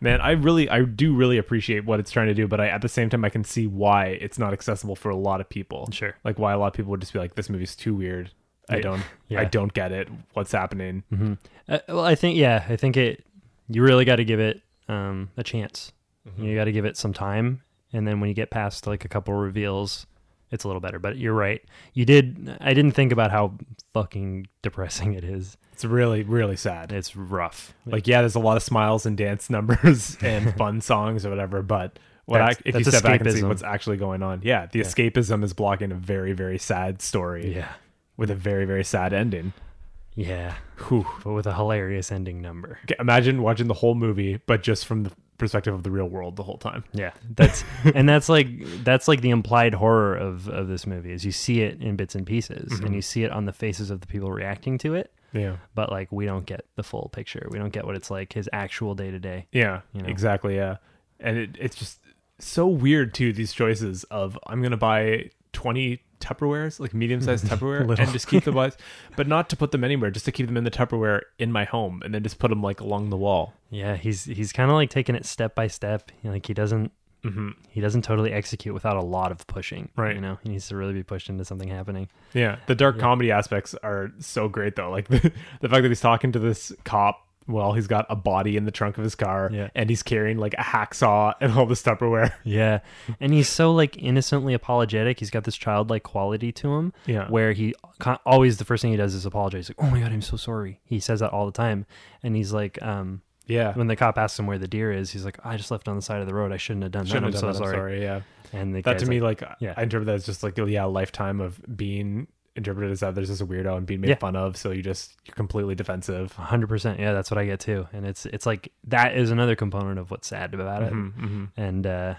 Speaker 1: Man, I really, I do really appreciate what it's trying to do, but I, at the same time, I can see why it's not accessible for a lot of people.
Speaker 2: Sure.
Speaker 1: like why a lot of people would just be like, "This movie's too weird. I
Speaker 2: Yeah.
Speaker 1: don't,
Speaker 2: Yeah.
Speaker 1: I don't get it. What's happening?"
Speaker 2: Uh, well, I think, yeah, I think it, you really got to give it um, a chance. You got to give it some time. And then when you get past like a couple reveals, it's a little better. But you're right. You did, I didn't think about how fucking depressing it is.
Speaker 1: It's really, really sad.
Speaker 2: It's rough.
Speaker 1: like, yeah, there's a lot of smiles and dance numbers and fun songs or whatever, but what I,
Speaker 2: That's-
Speaker 1: if you
Speaker 2: that's
Speaker 1: step back and see
Speaker 2: escapism.
Speaker 1: what's actually going on, yeah, the escapism is blocking a very, very sad story
Speaker 2: yeah.
Speaker 1: with a very, very sad ending.
Speaker 2: Yeah. But with a hilarious ending number.
Speaker 1: Okay, imagine watching the whole movie, but just from the perspective of the real world the whole time.
Speaker 2: Yeah, that's and that's like that's like the implied horror of of this movie is you see it in bits and pieces and you see it on the faces of the people reacting to it,
Speaker 1: Yeah.
Speaker 2: but like we don't get the full picture. We don't get what it's like his actual day to day.
Speaker 1: Yeah,
Speaker 2: know?
Speaker 1: exactly. Yeah, and it, it's just so weird too. These choices of I'm gonna buy twenty Tupperwares, like medium sized Tupperware, and just keep the ones, but not to put them anywhere, just to keep them in the Tupperware in my home, and then just put them like along the wall.
Speaker 2: Yeah, he's he's kind of like taking it step by step. You know, like he doesn't he doesn't totally execute without a lot of pushing.
Speaker 1: Right.
Speaker 2: You know, he needs to really be pushed into something happening.
Speaker 1: Yeah, the dark comedy aspects are so great though. Like the, the fact that he's talking to this cop. while he's got a body in the trunk of his car,
Speaker 2: Yeah.
Speaker 1: and he's carrying like a hacksaw and all this Tupperware.
Speaker 2: Yeah. And he's so like innocently apologetic. He's got this childlike quality to him.
Speaker 1: Yeah.
Speaker 2: Where he con- always the first thing he does is apologize. Like, oh my God, I'm so sorry. He says that all the time. And he's like, um,
Speaker 1: Yeah,
Speaker 2: when the cop asks him where the deer is, he's like, I just left it on the side of the road. I shouldn't have done
Speaker 1: shouldn't
Speaker 2: that.
Speaker 1: have
Speaker 2: I'm
Speaker 1: done
Speaker 2: so
Speaker 1: that. I'm
Speaker 2: sorry.
Speaker 1: sorry. Yeah,
Speaker 2: And the
Speaker 1: that
Speaker 2: guy's
Speaker 1: to me like,
Speaker 2: yeah.
Speaker 1: i interpret that as just like oh, yeah a lifetime of being interpreted as others as a weirdo and being made
Speaker 2: Yeah.
Speaker 1: fun of so you just you're completely defensive
Speaker 2: hundred percent. Yeah, that's what I get too. And it's it's like that is another component of what's sad about it.
Speaker 1: Mm-hmm.
Speaker 2: And uh,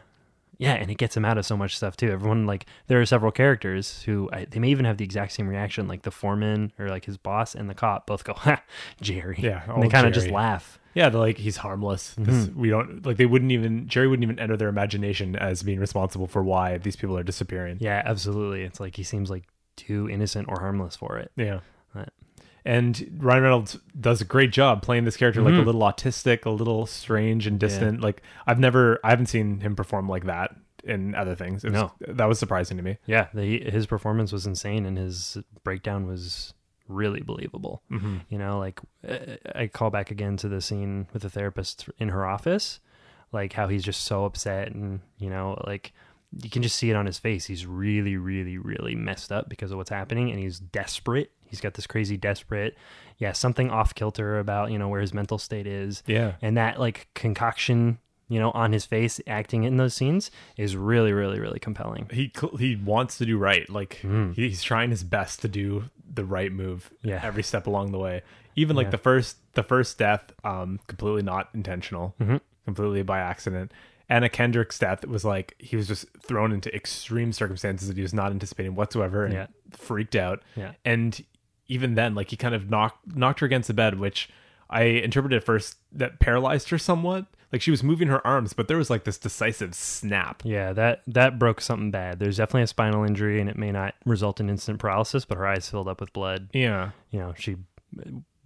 Speaker 2: yeah, and it gets him out of so much stuff too. Everyone like there are several characters who I, they may even have the exact same reaction. Like the foreman or like his boss and the cop both go, "Ha, Jerry."
Speaker 1: Yeah,
Speaker 2: and they
Speaker 1: old
Speaker 2: kind of just
Speaker 1: Jerry.
Speaker 2: laugh.
Speaker 1: yeah they're like he's harmless this,
Speaker 2: Mm-hmm.
Speaker 1: we don't like they wouldn't even jerry wouldn't even enter their imagination as being responsible for why these people are disappearing
Speaker 2: Yeah, absolutely. It's like he seems like too innocent or harmless for it.
Speaker 1: yeah
Speaker 2: Right.
Speaker 1: And Ryan Reynolds does a great job playing this character like a
Speaker 2: Mm-hmm.
Speaker 1: little autistic, a little strange and distant. Like I've never, I haven't seen him perform like that in other things. It was,
Speaker 2: No.
Speaker 1: that was surprising to me.
Speaker 2: Yeah, the, his performance was insane, and his breakdown was really believable. You know, like uh, I call back again to the scene with the therapist in her office, like how he's just so upset, and you know, like you can just see it on his face. He's really, really, really messed up because of what's happening, and he's desperate. He's got this crazy desperate, yeah, something off kilter about you know where his mental state is,
Speaker 1: Yeah.
Speaker 2: and that like concoction. You know, on his face, acting in those scenes is really, really, really compelling.
Speaker 1: he cl- he wants to do right. Like he- he's trying his best to do the right move
Speaker 2: Hmm. Yeah.
Speaker 1: every step along the way. Even like the first the first death, um, completely not intentional,
Speaker 2: Mm-hmm.
Speaker 1: completely by accident. Anna Kendrick's death was like he was just thrown into extreme circumstances that he was not anticipating whatsoever and
Speaker 2: Yeah.
Speaker 1: freaked out.
Speaker 2: Yeah.
Speaker 1: And even then, like he kind of knocked knocked her against the bed, which I interpreted at first that paralyzed her somewhat. Like she was moving her arms, but there was like this decisive snap.
Speaker 2: Yeah, that that broke something bad. There's definitely a spinal injury, and it may not result in instant paralysis, but her eyes filled up with blood.
Speaker 1: Yeah.
Speaker 2: You know, she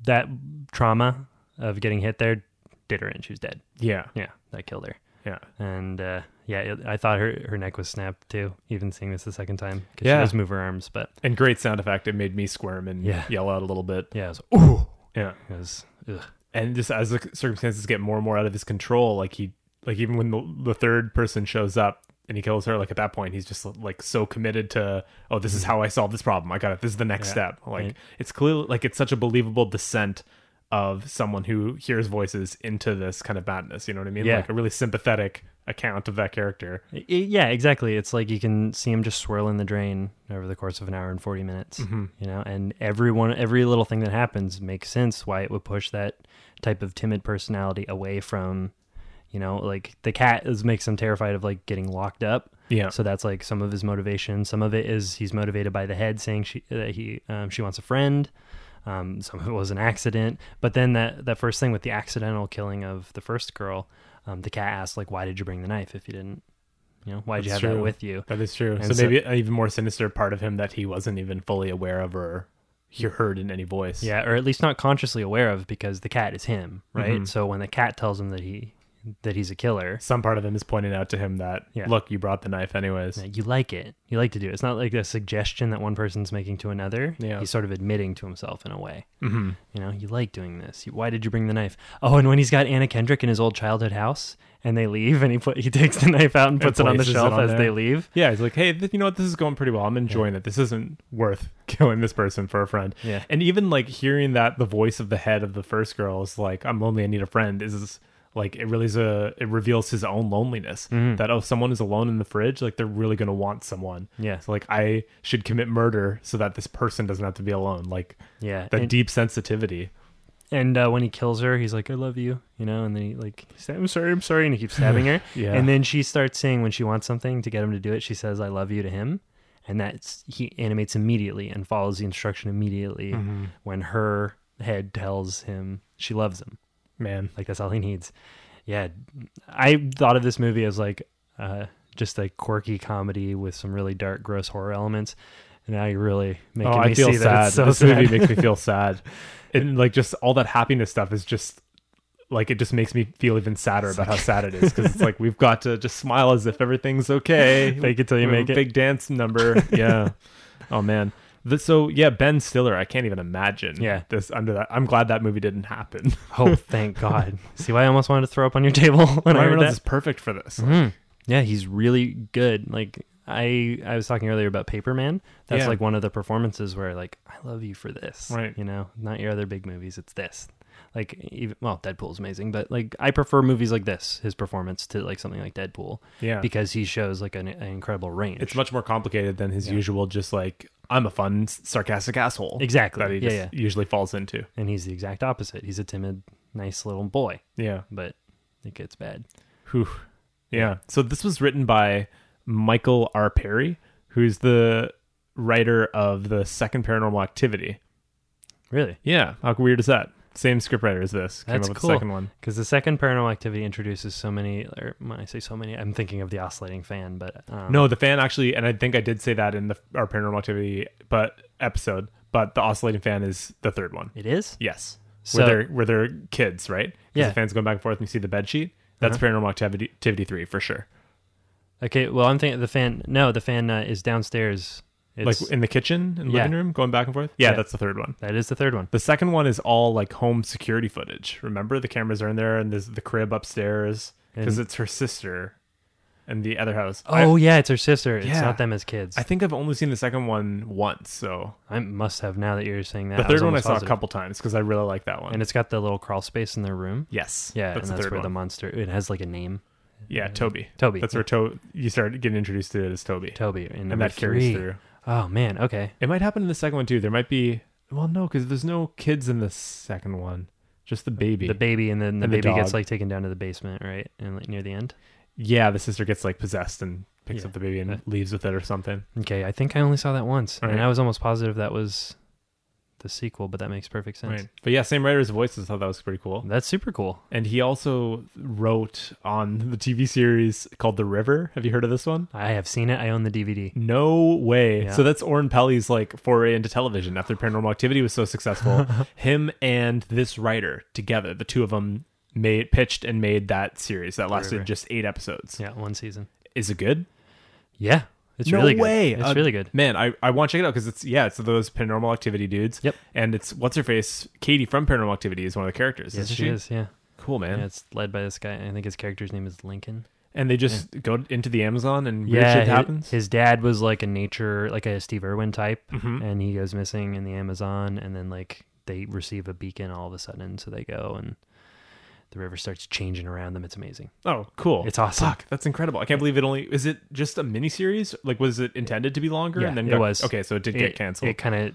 Speaker 2: that trauma of getting hit there did her in. She was dead.
Speaker 1: Yeah.
Speaker 2: Yeah, that killed her.
Speaker 1: Yeah.
Speaker 2: And uh, yeah, it, I thought her her neck was snapped too. Even seeing this the second time, because
Speaker 1: Yeah.
Speaker 2: she does move her arms, but
Speaker 1: And great sound effect. It made me squirm and
Speaker 2: Yeah.
Speaker 1: yell out a little bit.
Speaker 2: yeah, it was ooh,
Speaker 1: Yeah.
Speaker 2: it was ugh.
Speaker 1: And just as the circumstances get more and more out of his control, like he, like even when the, the third person shows up and he kills her, like at that point, he's just like so committed to, oh, this
Speaker 2: Mm-hmm.
Speaker 1: is how I solve this problem. I got it. This is the next step. Like it's clear, like it's such a believable descent of someone who hears voices into this kind of madness. You know what I mean?
Speaker 2: Yeah.
Speaker 1: Like a really sympathetic account of that character.
Speaker 2: I- yeah, exactly. It's like you can see him just swirl in the drain over the course of an hour and 40 minutes, you know, and everyone, every little thing that happens makes sense why it would push that type of timid personality away from, you know, like the cat is makes him terrified of like getting locked up.
Speaker 1: Yeah.
Speaker 2: So that's like some of his motivation. Some of it is he's motivated by the head saying she, that he, um, she wants a friend. Um, some of it was an accident, but then that, that first thing with the accidental killing of the first girl, um, the cat asked like, why did you bring the knife if you didn't, you know, why'd you have
Speaker 1: That's
Speaker 2: that
Speaker 1: true.
Speaker 2: with you?
Speaker 1: That is true.
Speaker 2: And
Speaker 1: so,
Speaker 2: so-
Speaker 1: maybe an even more sinister part of him that he wasn't even fully aware of or he heard in any voice.
Speaker 2: Yeah, or at least not consciously aware of because the cat is him, right?
Speaker 1: Mm-hmm.
Speaker 2: So when the cat tells him that he that he's a killer,
Speaker 1: Some part of him is pointing out to him that,
Speaker 2: Yeah.
Speaker 1: look, you brought the knife anyways.
Speaker 2: that you like it. You like to do it. It's not like a suggestion that one person's making to another.
Speaker 1: Yeah.
Speaker 2: He's sort of admitting to himself in a way. Mm-hmm. You know, you like doing this. You- Why did you bring the knife? Oh, and when he's got Anna Kendrick in his old childhood house and they leave and he put he takes the knife out and puts it on the
Speaker 1: places it
Speaker 2: shelf
Speaker 1: on
Speaker 2: as
Speaker 1: there.
Speaker 2: they leave.
Speaker 1: Yeah, he's like, hey, th- you know what? This is going pretty well. I'm enjoying it. This isn't worth killing this person for a friend.
Speaker 2: Yeah.
Speaker 1: And even like hearing that the voice of the head of the first girl is like, I'm lonely. I need a friend. Is like it really is a it reveals his own loneliness
Speaker 2: Mm-hmm.
Speaker 1: that oh someone is alone in the fridge like they're really gonna want someone
Speaker 2: Yeah.
Speaker 1: so like I should commit murder so that this person doesn't have to be alone like
Speaker 2: Yeah.
Speaker 1: that
Speaker 2: and-
Speaker 1: deep sensitivity
Speaker 2: And uh, when he kills her, he's like, "I love you," you know. And then he like, he's like, "I'm sorry, I'm sorry," and he keeps stabbing her.
Speaker 1: Yeah.
Speaker 2: And then she starts saying when she wants something to get him to do it, she says, "I love you" to him, and that's he animates immediately and follows the instruction immediately
Speaker 1: Mm-hmm.
Speaker 2: when her head tells him she loves him.
Speaker 1: man
Speaker 2: Like that's all he needs. Yeah, I thought of this movie as like uh, just a quirky comedy with some really dark, gross horror elements. And now you're really making
Speaker 1: oh
Speaker 2: me
Speaker 1: I feel
Speaker 2: see that
Speaker 1: sad
Speaker 2: it's so
Speaker 1: this
Speaker 2: sad.
Speaker 1: movie makes me feel sad and like just all that happiness stuff is just like it just makes me feel even sadder about how sad it is because it's like we've got to just smile as if everything everything's okay.
Speaker 2: Fake it till you
Speaker 1: We have
Speaker 2: make
Speaker 1: a
Speaker 2: it.
Speaker 1: Big dance number. Yeah. oh man. The, so yeah, Ben Stiller. I can't even imagine.
Speaker 2: Yeah.
Speaker 1: This under that. I'm glad that movie didn't happen.
Speaker 2: Oh, thank God. See why I almost wanted to throw up on your table when I
Speaker 1: Ryan Reynolds
Speaker 2: heard that? Mm-hmm.
Speaker 1: is perfect for this.
Speaker 2: Yeah, he's really good. Like I I was talking earlier about Paperman. That's
Speaker 1: Yeah.
Speaker 2: like one of the performances where like I love you for this.
Speaker 1: Right.
Speaker 2: You know, not your other big movies, it's this. Like even well, Deadpool's amazing, but like I prefer movies like this, his performance to like something like Deadpool.
Speaker 1: Yeah.
Speaker 2: Because he shows like an, an incredible range.
Speaker 1: It's much more complicated than his usual. Just like I'm a fun, sarcastic asshole.
Speaker 2: Exactly.
Speaker 1: That he
Speaker 2: Yeah,
Speaker 1: just
Speaker 2: yeah.
Speaker 1: usually falls into.
Speaker 2: and he's the exact opposite. He's a timid, nice little boy,
Speaker 1: Yeah.
Speaker 2: but it gets bad.
Speaker 1: Whew. Yeah. So this was written by Michael R. Perry, who's the writer of the second Paranormal Activity.
Speaker 2: Really?
Speaker 1: Yeah. How weird is that? Same scriptwriter as this. Came
Speaker 2: That's
Speaker 1: up with
Speaker 2: cool.
Speaker 1: the second one.
Speaker 2: Because the second Paranormal Activity introduces so many, or when I say so many, I'm thinking of the oscillating fan, but um,
Speaker 1: No, the fan actually, and I think I did say that in the our Paranormal Activity but episode. but the oscillating fan is the third one.
Speaker 2: It is?
Speaker 1: Yes.
Speaker 2: So-
Speaker 1: where they're where they're kids, right? 'Cause
Speaker 2: Yeah. Uh-huh.
Speaker 1: The fans going back and forth and you see the bed sheet. That's paranormal activity activity three for sure.
Speaker 2: Okay, well, I'm thinking the fan. No, the fan uh, is downstairs. It's,
Speaker 1: like in the kitchen and
Speaker 2: Yeah.
Speaker 1: living room going back and forth. Yeah,
Speaker 2: Yeah.
Speaker 1: that's the third one.
Speaker 2: that is the third one.
Speaker 1: The second one is all like home security footage. Remember the cameras are in there and there's the crib upstairs because
Speaker 2: And-
Speaker 1: it's her sister and the other house.
Speaker 2: Oh
Speaker 1: I,
Speaker 2: yeah, it's her sister. It's
Speaker 1: Yeah.
Speaker 2: not them as kids.
Speaker 1: I think I've only seen the second one once. So
Speaker 2: I must have now that you're saying that.
Speaker 1: the
Speaker 2: was
Speaker 1: third one I
Speaker 2: almost
Speaker 1: saw a
Speaker 2: positive.
Speaker 1: couple times because I really like that one.
Speaker 2: and it's got the little crawl space in their room.
Speaker 1: yes,
Speaker 2: Yeah,
Speaker 1: that's the
Speaker 2: and that's
Speaker 1: third
Speaker 2: where the
Speaker 1: one.
Speaker 2: monster. It has like a name,
Speaker 1: yeah, Toby.
Speaker 2: Toby,
Speaker 1: That's
Speaker 2: yeah.
Speaker 1: where to- you start getting introduced to it as Toby,
Speaker 2: Toby, and,
Speaker 1: and
Speaker 2: number
Speaker 1: that carries
Speaker 2: three.
Speaker 1: through.
Speaker 2: Oh man, okay.
Speaker 1: It might happen in the second one too. There might be well, no, because there's no kids in the second one. Just the baby.
Speaker 2: The baby, and then the
Speaker 1: And the
Speaker 2: baby gets
Speaker 1: dog.
Speaker 2: like taken down to the basement, right? And like near the end.
Speaker 1: yeah, the sister gets like possessed and picks
Speaker 2: Yeah.
Speaker 1: up the baby and
Speaker 2: Uh,
Speaker 1: leaves with it or something.
Speaker 2: Okay, I think I only saw that once,
Speaker 1: Right.
Speaker 2: and I was almost positive that was the sequel, but that makes perfect sense.
Speaker 1: Right. But yeah, same writer's voices. I thought that was pretty cool.
Speaker 2: That's super cool.
Speaker 1: And he also wrote on the TV series called The River. Have you heard of this one?
Speaker 2: I have seen it. I own the DVD.
Speaker 1: No way.
Speaker 2: Yeah.
Speaker 1: So that's Orrin Pelly's like foray into television after Paranormal Activity was so successful. Him and this writer together, the two of them made pitched and made that series that lasted
Speaker 2: River.
Speaker 1: just eight episodes.
Speaker 2: Yeah, one season.
Speaker 1: Is it good?
Speaker 2: Yeah, it's
Speaker 1: no
Speaker 2: really good.
Speaker 1: way.
Speaker 2: It's
Speaker 1: Uh,
Speaker 2: really good.
Speaker 1: Man, I, I want to check it out because it's yeah, it's those Paranormal Activity dudes.
Speaker 2: Yep.
Speaker 1: And it's what's her face, Katie from Paranormal Activity is one of the characters.
Speaker 2: Yes,
Speaker 1: isn't
Speaker 2: she is. Yeah.
Speaker 1: Cool man.
Speaker 2: yeah, it's led by this guy. I think his character's name is Lincoln.
Speaker 1: and they just go into the Amazon and weird
Speaker 2: yeah,
Speaker 1: shit
Speaker 2: his,
Speaker 1: happens.
Speaker 2: his dad was like a nature, like a Steve Irwin type,
Speaker 1: Mm-hmm.
Speaker 2: and he goes missing in the Amazon, and then like they receive a beacon all of a sudden, so they go and the river starts changing around them. It's amazing.
Speaker 1: oh, cool!
Speaker 2: It's awesome.
Speaker 1: Fuck, that's incredible. I can't believe it only is it just a miniseries. Like, was it intended to be longer?
Speaker 2: Yeah,
Speaker 1: and then
Speaker 2: it
Speaker 1: got-
Speaker 2: was.
Speaker 1: Okay, so it did
Speaker 2: It-
Speaker 1: get canceled.
Speaker 2: It kind of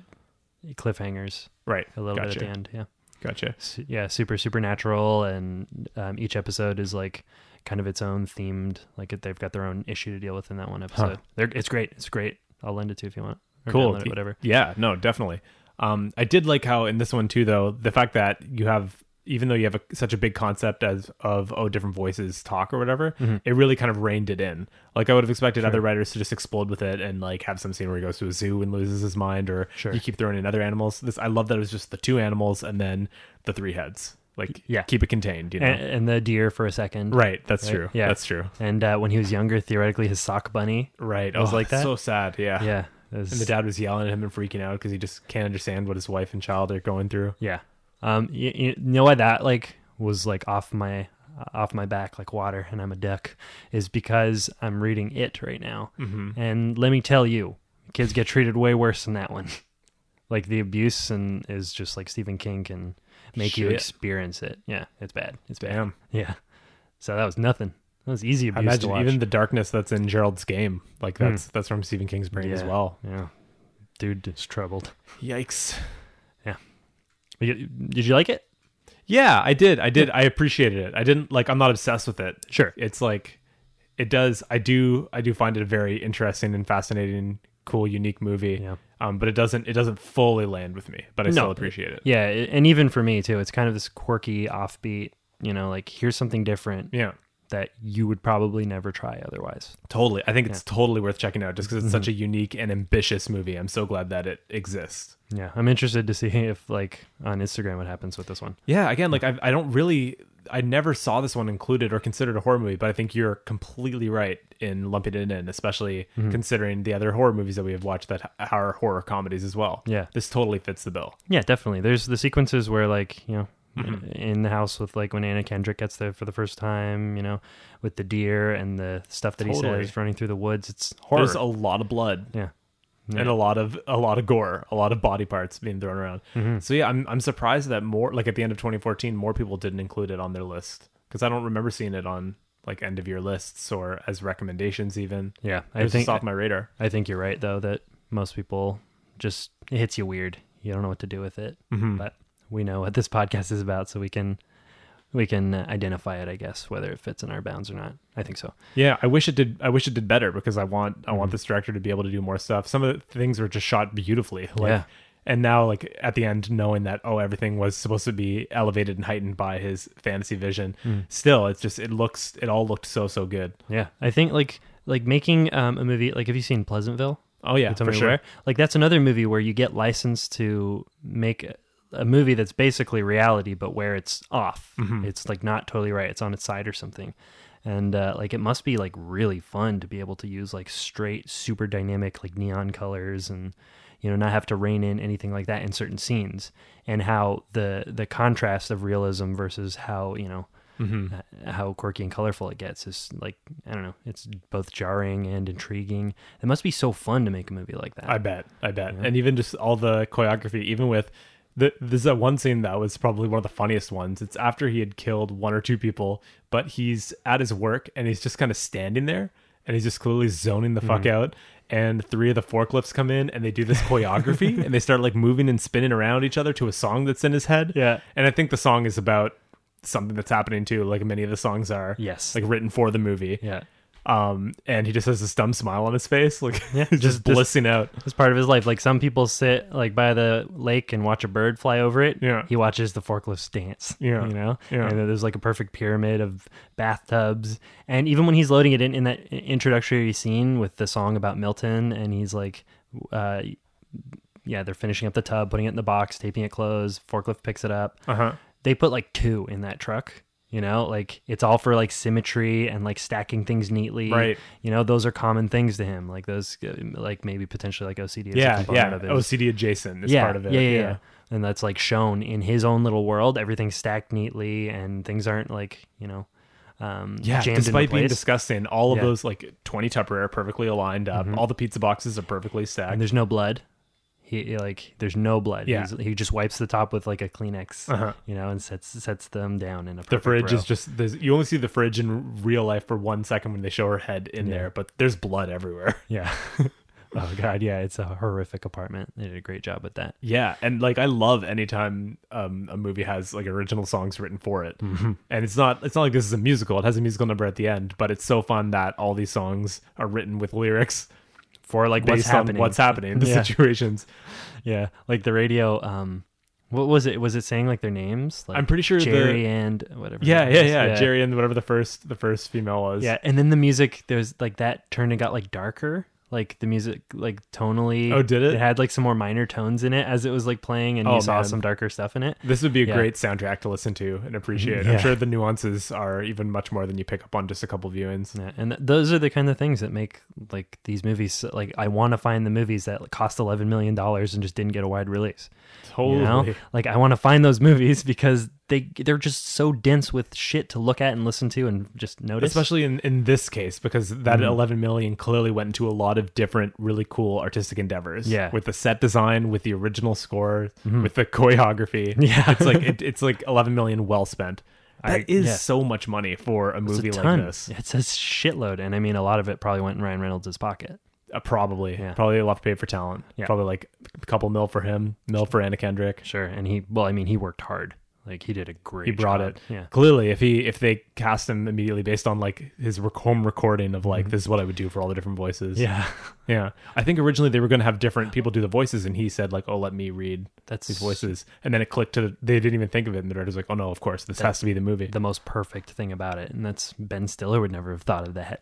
Speaker 2: cliffhangers
Speaker 1: right,
Speaker 2: a little
Speaker 1: gotcha.
Speaker 2: bit at the end. Yeah.
Speaker 1: Gotcha.
Speaker 2: su- yeah, super supernatural, and um, each episode is like kind of its own themed. Like it, they've got their own issue to deal with in that one episode. They're, it's great. It's great. I'll lend it to you if you want. Or
Speaker 1: Cool.
Speaker 2: download it, whatever.
Speaker 1: Yeah. No, definitely. Um, I did like how in this one too, though, the fact that you have even though you have a, such a big concept as of oh different voices talk or whatever
Speaker 2: Mm-hmm.
Speaker 1: it really kind of reined it in like i would have expected other writers to just explode with it and like have some scene where he goes to a zoo and loses his mind or
Speaker 2: Sure.
Speaker 1: you keep throwing in other animals this i love that it was just the two animals and then the three heads like
Speaker 2: yeah.
Speaker 1: keep it contained you know
Speaker 2: And, and the deer for a second.
Speaker 1: right that's
Speaker 2: Right?
Speaker 1: true
Speaker 2: Yeah.
Speaker 1: that's true
Speaker 2: And uh, when he was younger, theoretically, his sock bunny.
Speaker 1: right i
Speaker 2: Was
Speaker 1: was
Speaker 2: like
Speaker 1: like
Speaker 2: that?
Speaker 1: so sad yeah
Speaker 2: Yeah. is-
Speaker 1: and the dad was yelling at him and freaking out because he just can't understand what his wife and child are going through
Speaker 2: Yeah. Um. You, you know why that like was like off my uh, off my back like water, and I'm a duck, is because I'm reading it right now, mm-hmm. and let me tell you, kids get treated way worse than that one. like the abuse and is just like Stephen King can make you
Speaker 1: Shit.
Speaker 2: experience it. Yeah, it's bad. It's bad.
Speaker 1: damn
Speaker 2: Yeah. So that was nothing. That was easy
Speaker 1: I
Speaker 2: abuse to
Speaker 1: imagine
Speaker 2: watch. Hmm.
Speaker 1: even the darkness that's in Gerald's game, like that's that's from Stephen King's brain as
Speaker 2: Yeah.
Speaker 1: well.
Speaker 2: yeah. Dude is troubled.
Speaker 1: Yikes.
Speaker 2: You- Did you like it?
Speaker 1: Yeah, I did. I did. I appreciated it. I didn't like. I'm not obsessed with it.
Speaker 2: Sure.
Speaker 1: It's like, it does. I do. I do find it a very interesting and fascinating, cool, unique movie.
Speaker 2: Yeah.
Speaker 1: Um, but it doesn't. It doesn't fully land with me. But I still appreciate it.
Speaker 2: Yeah, i- and even for me too, it's kind of this quirky, offbeat. You know, like here's something different
Speaker 1: Yeah.
Speaker 2: that you would probably never try otherwise.
Speaker 1: Totally. I think it's totally worth checking out just because
Speaker 2: Mm-hmm.
Speaker 1: it's such a unique and ambitious movie. I'm so glad that it exists.
Speaker 2: Yeah, I'm interested to see if like on Instagram what happens with this one.
Speaker 1: Yeah, again, like I, I don't really, I never saw this one included or considered a horror movie, but I think you're completely right in lumping it in, especially
Speaker 2: Mm-hmm.
Speaker 1: considering the other horror movies that we have watched that h- are horror comedies as well.
Speaker 2: Yeah.
Speaker 1: this totally fits the bill.
Speaker 2: Yeah, definitely. There's the sequences where like you know.
Speaker 1: Mm-hmm.
Speaker 2: In the house with like when Anna Kendrick gets there for the first time, you know, with the deer and the stuff that
Speaker 1: Totally.
Speaker 2: he says running through the woods, it's horror. Mm-hmm.
Speaker 1: There's a lot of blood
Speaker 2: yeah,
Speaker 1: and a lot of a lot of gore, a lot of body parts being thrown around.
Speaker 2: Mm-hmm.
Speaker 1: So yeah, I'm I'm surprised that more like at the end of 2014, more people didn't include it on their list because I don't remember seeing it on like end of year lists or as recommendations even.
Speaker 2: yeah.
Speaker 1: It
Speaker 2: I
Speaker 1: was
Speaker 2: think
Speaker 1: just off my radar.
Speaker 2: I think you're right though that most people just it hits you weird. You don't know what to do with it.
Speaker 1: Mm-hmm.
Speaker 2: But we know what this podcast is about, so we can we can identify it, I guess, whether it fits in our bounds or not. I think so.
Speaker 1: Yeah, I wish it did. I wish it did better because I want I
Speaker 2: Mm-hmm.
Speaker 1: want this director to be able to do more stuff. Some of the things were just shot beautifully. Like,
Speaker 2: Yeah.
Speaker 1: And now, like at the end, knowing that oh, everything was supposed to be elevated and heightened by his fantasy vision,
Speaker 2: Mm.
Speaker 1: still, it's just it looks it all looked so so good.
Speaker 2: Yeah, I think like like making um, a movie like have you seen Pleasantville?
Speaker 1: Oh yeah,
Speaker 2: It's
Speaker 1: for sure.
Speaker 2: everywhere. Like that's another movie where you get licensed to make a- a movie that's basically reality, but where it's off. It's like not totally right. It's on its side or something. And uh, like it must be like really fun to be able to use like straight, super dynamic like neon colors and you know not have to rein in anything like that in certain scenes. And how the the contrast of realism versus how you know. uh, How quirky and colorful it gets is like I don't know. It's both jarring and intriguing. It must be so fun to make a movie like that.
Speaker 1: I bet. I bet. And even just all the choreography, even with the there's that one scene that was probably one of the funniest ones. It's after he had killed one or two people, but he's at his work and he's just kind of standing there and he's just clearly zoning the fuck
Speaker 2: Mm-hmm.
Speaker 1: out. And three of the forklifts come in and they do this choreography and they start like moving and spinning around each other to a song that's in his head.
Speaker 2: Yeah.
Speaker 1: And I think the song is about something that's happening too, like many of the songs are.
Speaker 2: Yes.
Speaker 1: Like written for the movie.
Speaker 2: Yeah.
Speaker 1: Um, and he just has this dumb smile on his face, like just,
Speaker 2: just-
Speaker 1: blissing out.
Speaker 2: It's part of his life. Like some people sit like by the lake and watch a bird fly over it.
Speaker 1: Yeah.
Speaker 2: He watches the forklifts dance.
Speaker 1: Yeah.
Speaker 2: You know?
Speaker 1: Yeah.
Speaker 2: And then there's like a perfect pyramid of bathtubs. And even when he's loading it in in that introductory scene with the song about Milton and he's like uh yeah, they're finishing up the tub, putting it in the box, taping it closed, forklift picks it up.
Speaker 1: Uh-huh.
Speaker 2: they put like two in that truck you know like it's all for like symmetry and like stacking things neatly
Speaker 1: Right.
Speaker 2: you know those are common things to him like those uh, like maybe potentially like ocd is a
Speaker 1: yeah,
Speaker 2: component
Speaker 1: yeah.
Speaker 2: of it.
Speaker 1: OCD adjacent is
Speaker 2: yeah,
Speaker 1: part of it.
Speaker 2: yeah yeah yeah. and that's like shown in his own little world everything's stacked neatly and things aren't like you know um
Speaker 1: Yeah,
Speaker 2: jammed
Speaker 1: despite
Speaker 2: into
Speaker 1: being
Speaker 2: place.
Speaker 1: disgusting, all of
Speaker 2: Yeah.
Speaker 1: those like twenty Tupperware are perfectly aligned up. All the pizza boxes are perfectly
Speaker 2: and
Speaker 1: stacked.
Speaker 2: there's no blood he he, like there's no blood
Speaker 1: Yeah.
Speaker 2: He's, he just wipes the top with like a kleenex
Speaker 1: Uh-huh.
Speaker 2: you know and sets sets them down in a
Speaker 1: The
Speaker 2: perfect
Speaker 1: fridge
Speaker 2: row.
Speaker 1: is just there's, you only see the fridge in real life for one second when they show her head in there, but there's blood everywhere.
Speaker 2: Yeah. oh god, yeah, it's a horrific apartment. They did a great job with that.
Speaker 1: Yeah, and like I love anytime um, a movie has like original songs written for it, and it's not it's not like this is a musical. It has a musical number at the end, but it's so fun that all these songs are written with lyrics
Speaker 2: For like what's
Speaker 1: based on
Speaker 2: happening.
Speaker 1: what's happening, the
Speaker 2: Yeah.
Speaker 1: situations.
Speaker 2: yeah, like the radio um what was it? Was it saying like their names? Like
Speaker 1: I'm pretty sure the-
Speaker 2: Jerry and whatever. her
Speaker 1: Yeah,
Speaker 2: name
Speaker 1: yeah,
Speaker 2: was.
Speaker 1: yeah, Jerry and whatever the first the first female was.
Speaker 2: Yeah, and then the music there's like that turned and got like darker. Like the music like tonally
Speaker 1: Oh, did it?
Speaker 2: It had like some more minor tones in it as it was like playing and
Speaker 1: Oh,
Speaker 2: you saw
Speaker 1: man.
Speaker 2: some darker stuff in it.
Speaker 1: This would be a
Speaker 2: Yeah.
Speaker 1: great soundtrack to listen to and appreciate.
Speaker 2: Yeah.
Speaker 1: I'm sure the nuances are even much more than you pick up on just a couple viewings.
Speaker 2: Yeah, and th- those are the kind of things that make like these movies like I want to find the movies that cost 11 million dollars and just didn't get a wide release.
Speaker 1: Totally.
Speaker 2: You know, like I want to find those movies because they they're just so dense with shit to look at and listen to and just notice.
Speaker 1: Especially in, in this case, because that 11 million clearly went into a lot of different, really cool artistic endeavors.
Speaker 2: Yeah.
Speaker 1: With the set design, with the original score, with the choreography.
Speaker 2: Yeah.
Speaker 1: It's like, it, it's like 11 million well spent.
Speaker 2: I-
Speaker 1: That is
Speaker 2: yeah.
Speaker 1: so much money for a
Speaker 2: it's
Speaker 1: movie
Speaker 2: a
Speaker 1: like
Speaker 2: ton.
Speaker 1: this.
Speaker 2: It's a shitload, and I mean a lot of it probably went in Ryan Reynolds' pocket.
Speaker 1: Uh, probably.
Speaker 2: Yeah.
Speaker 1: Probably a lot paid for talent.
Speaker 2: Yeah.
Speaker 1: Probably like a couple mil for him, mil for Anna Kendrick.
Speaker 2: Sure, and he well, I mean he worked hard. Like he did a great.
Speaker 1: he brought
Speaker 2: job.
Speaker 1: it.
Speaker 2: Yeah.
Speaker 1: Clearly, if he if they cast him immediately based on like his rec- home recording of like this is what I would do for all the different voices.
Speaker 2: Mm-hmm. Yeah.
Speaker 1: yeah. I think originally they were going to have different people do the voices, and he said like, "Oh, let me read
Speaker 2: That's
Speaker 1: these voices," and then it clicked to the, they didn't even think of it, and the director's like, "Oh no, of course this has to be the movie."
Speaker 2: the most perfect thing about it, and that's Ben Stiller would never have thought of that.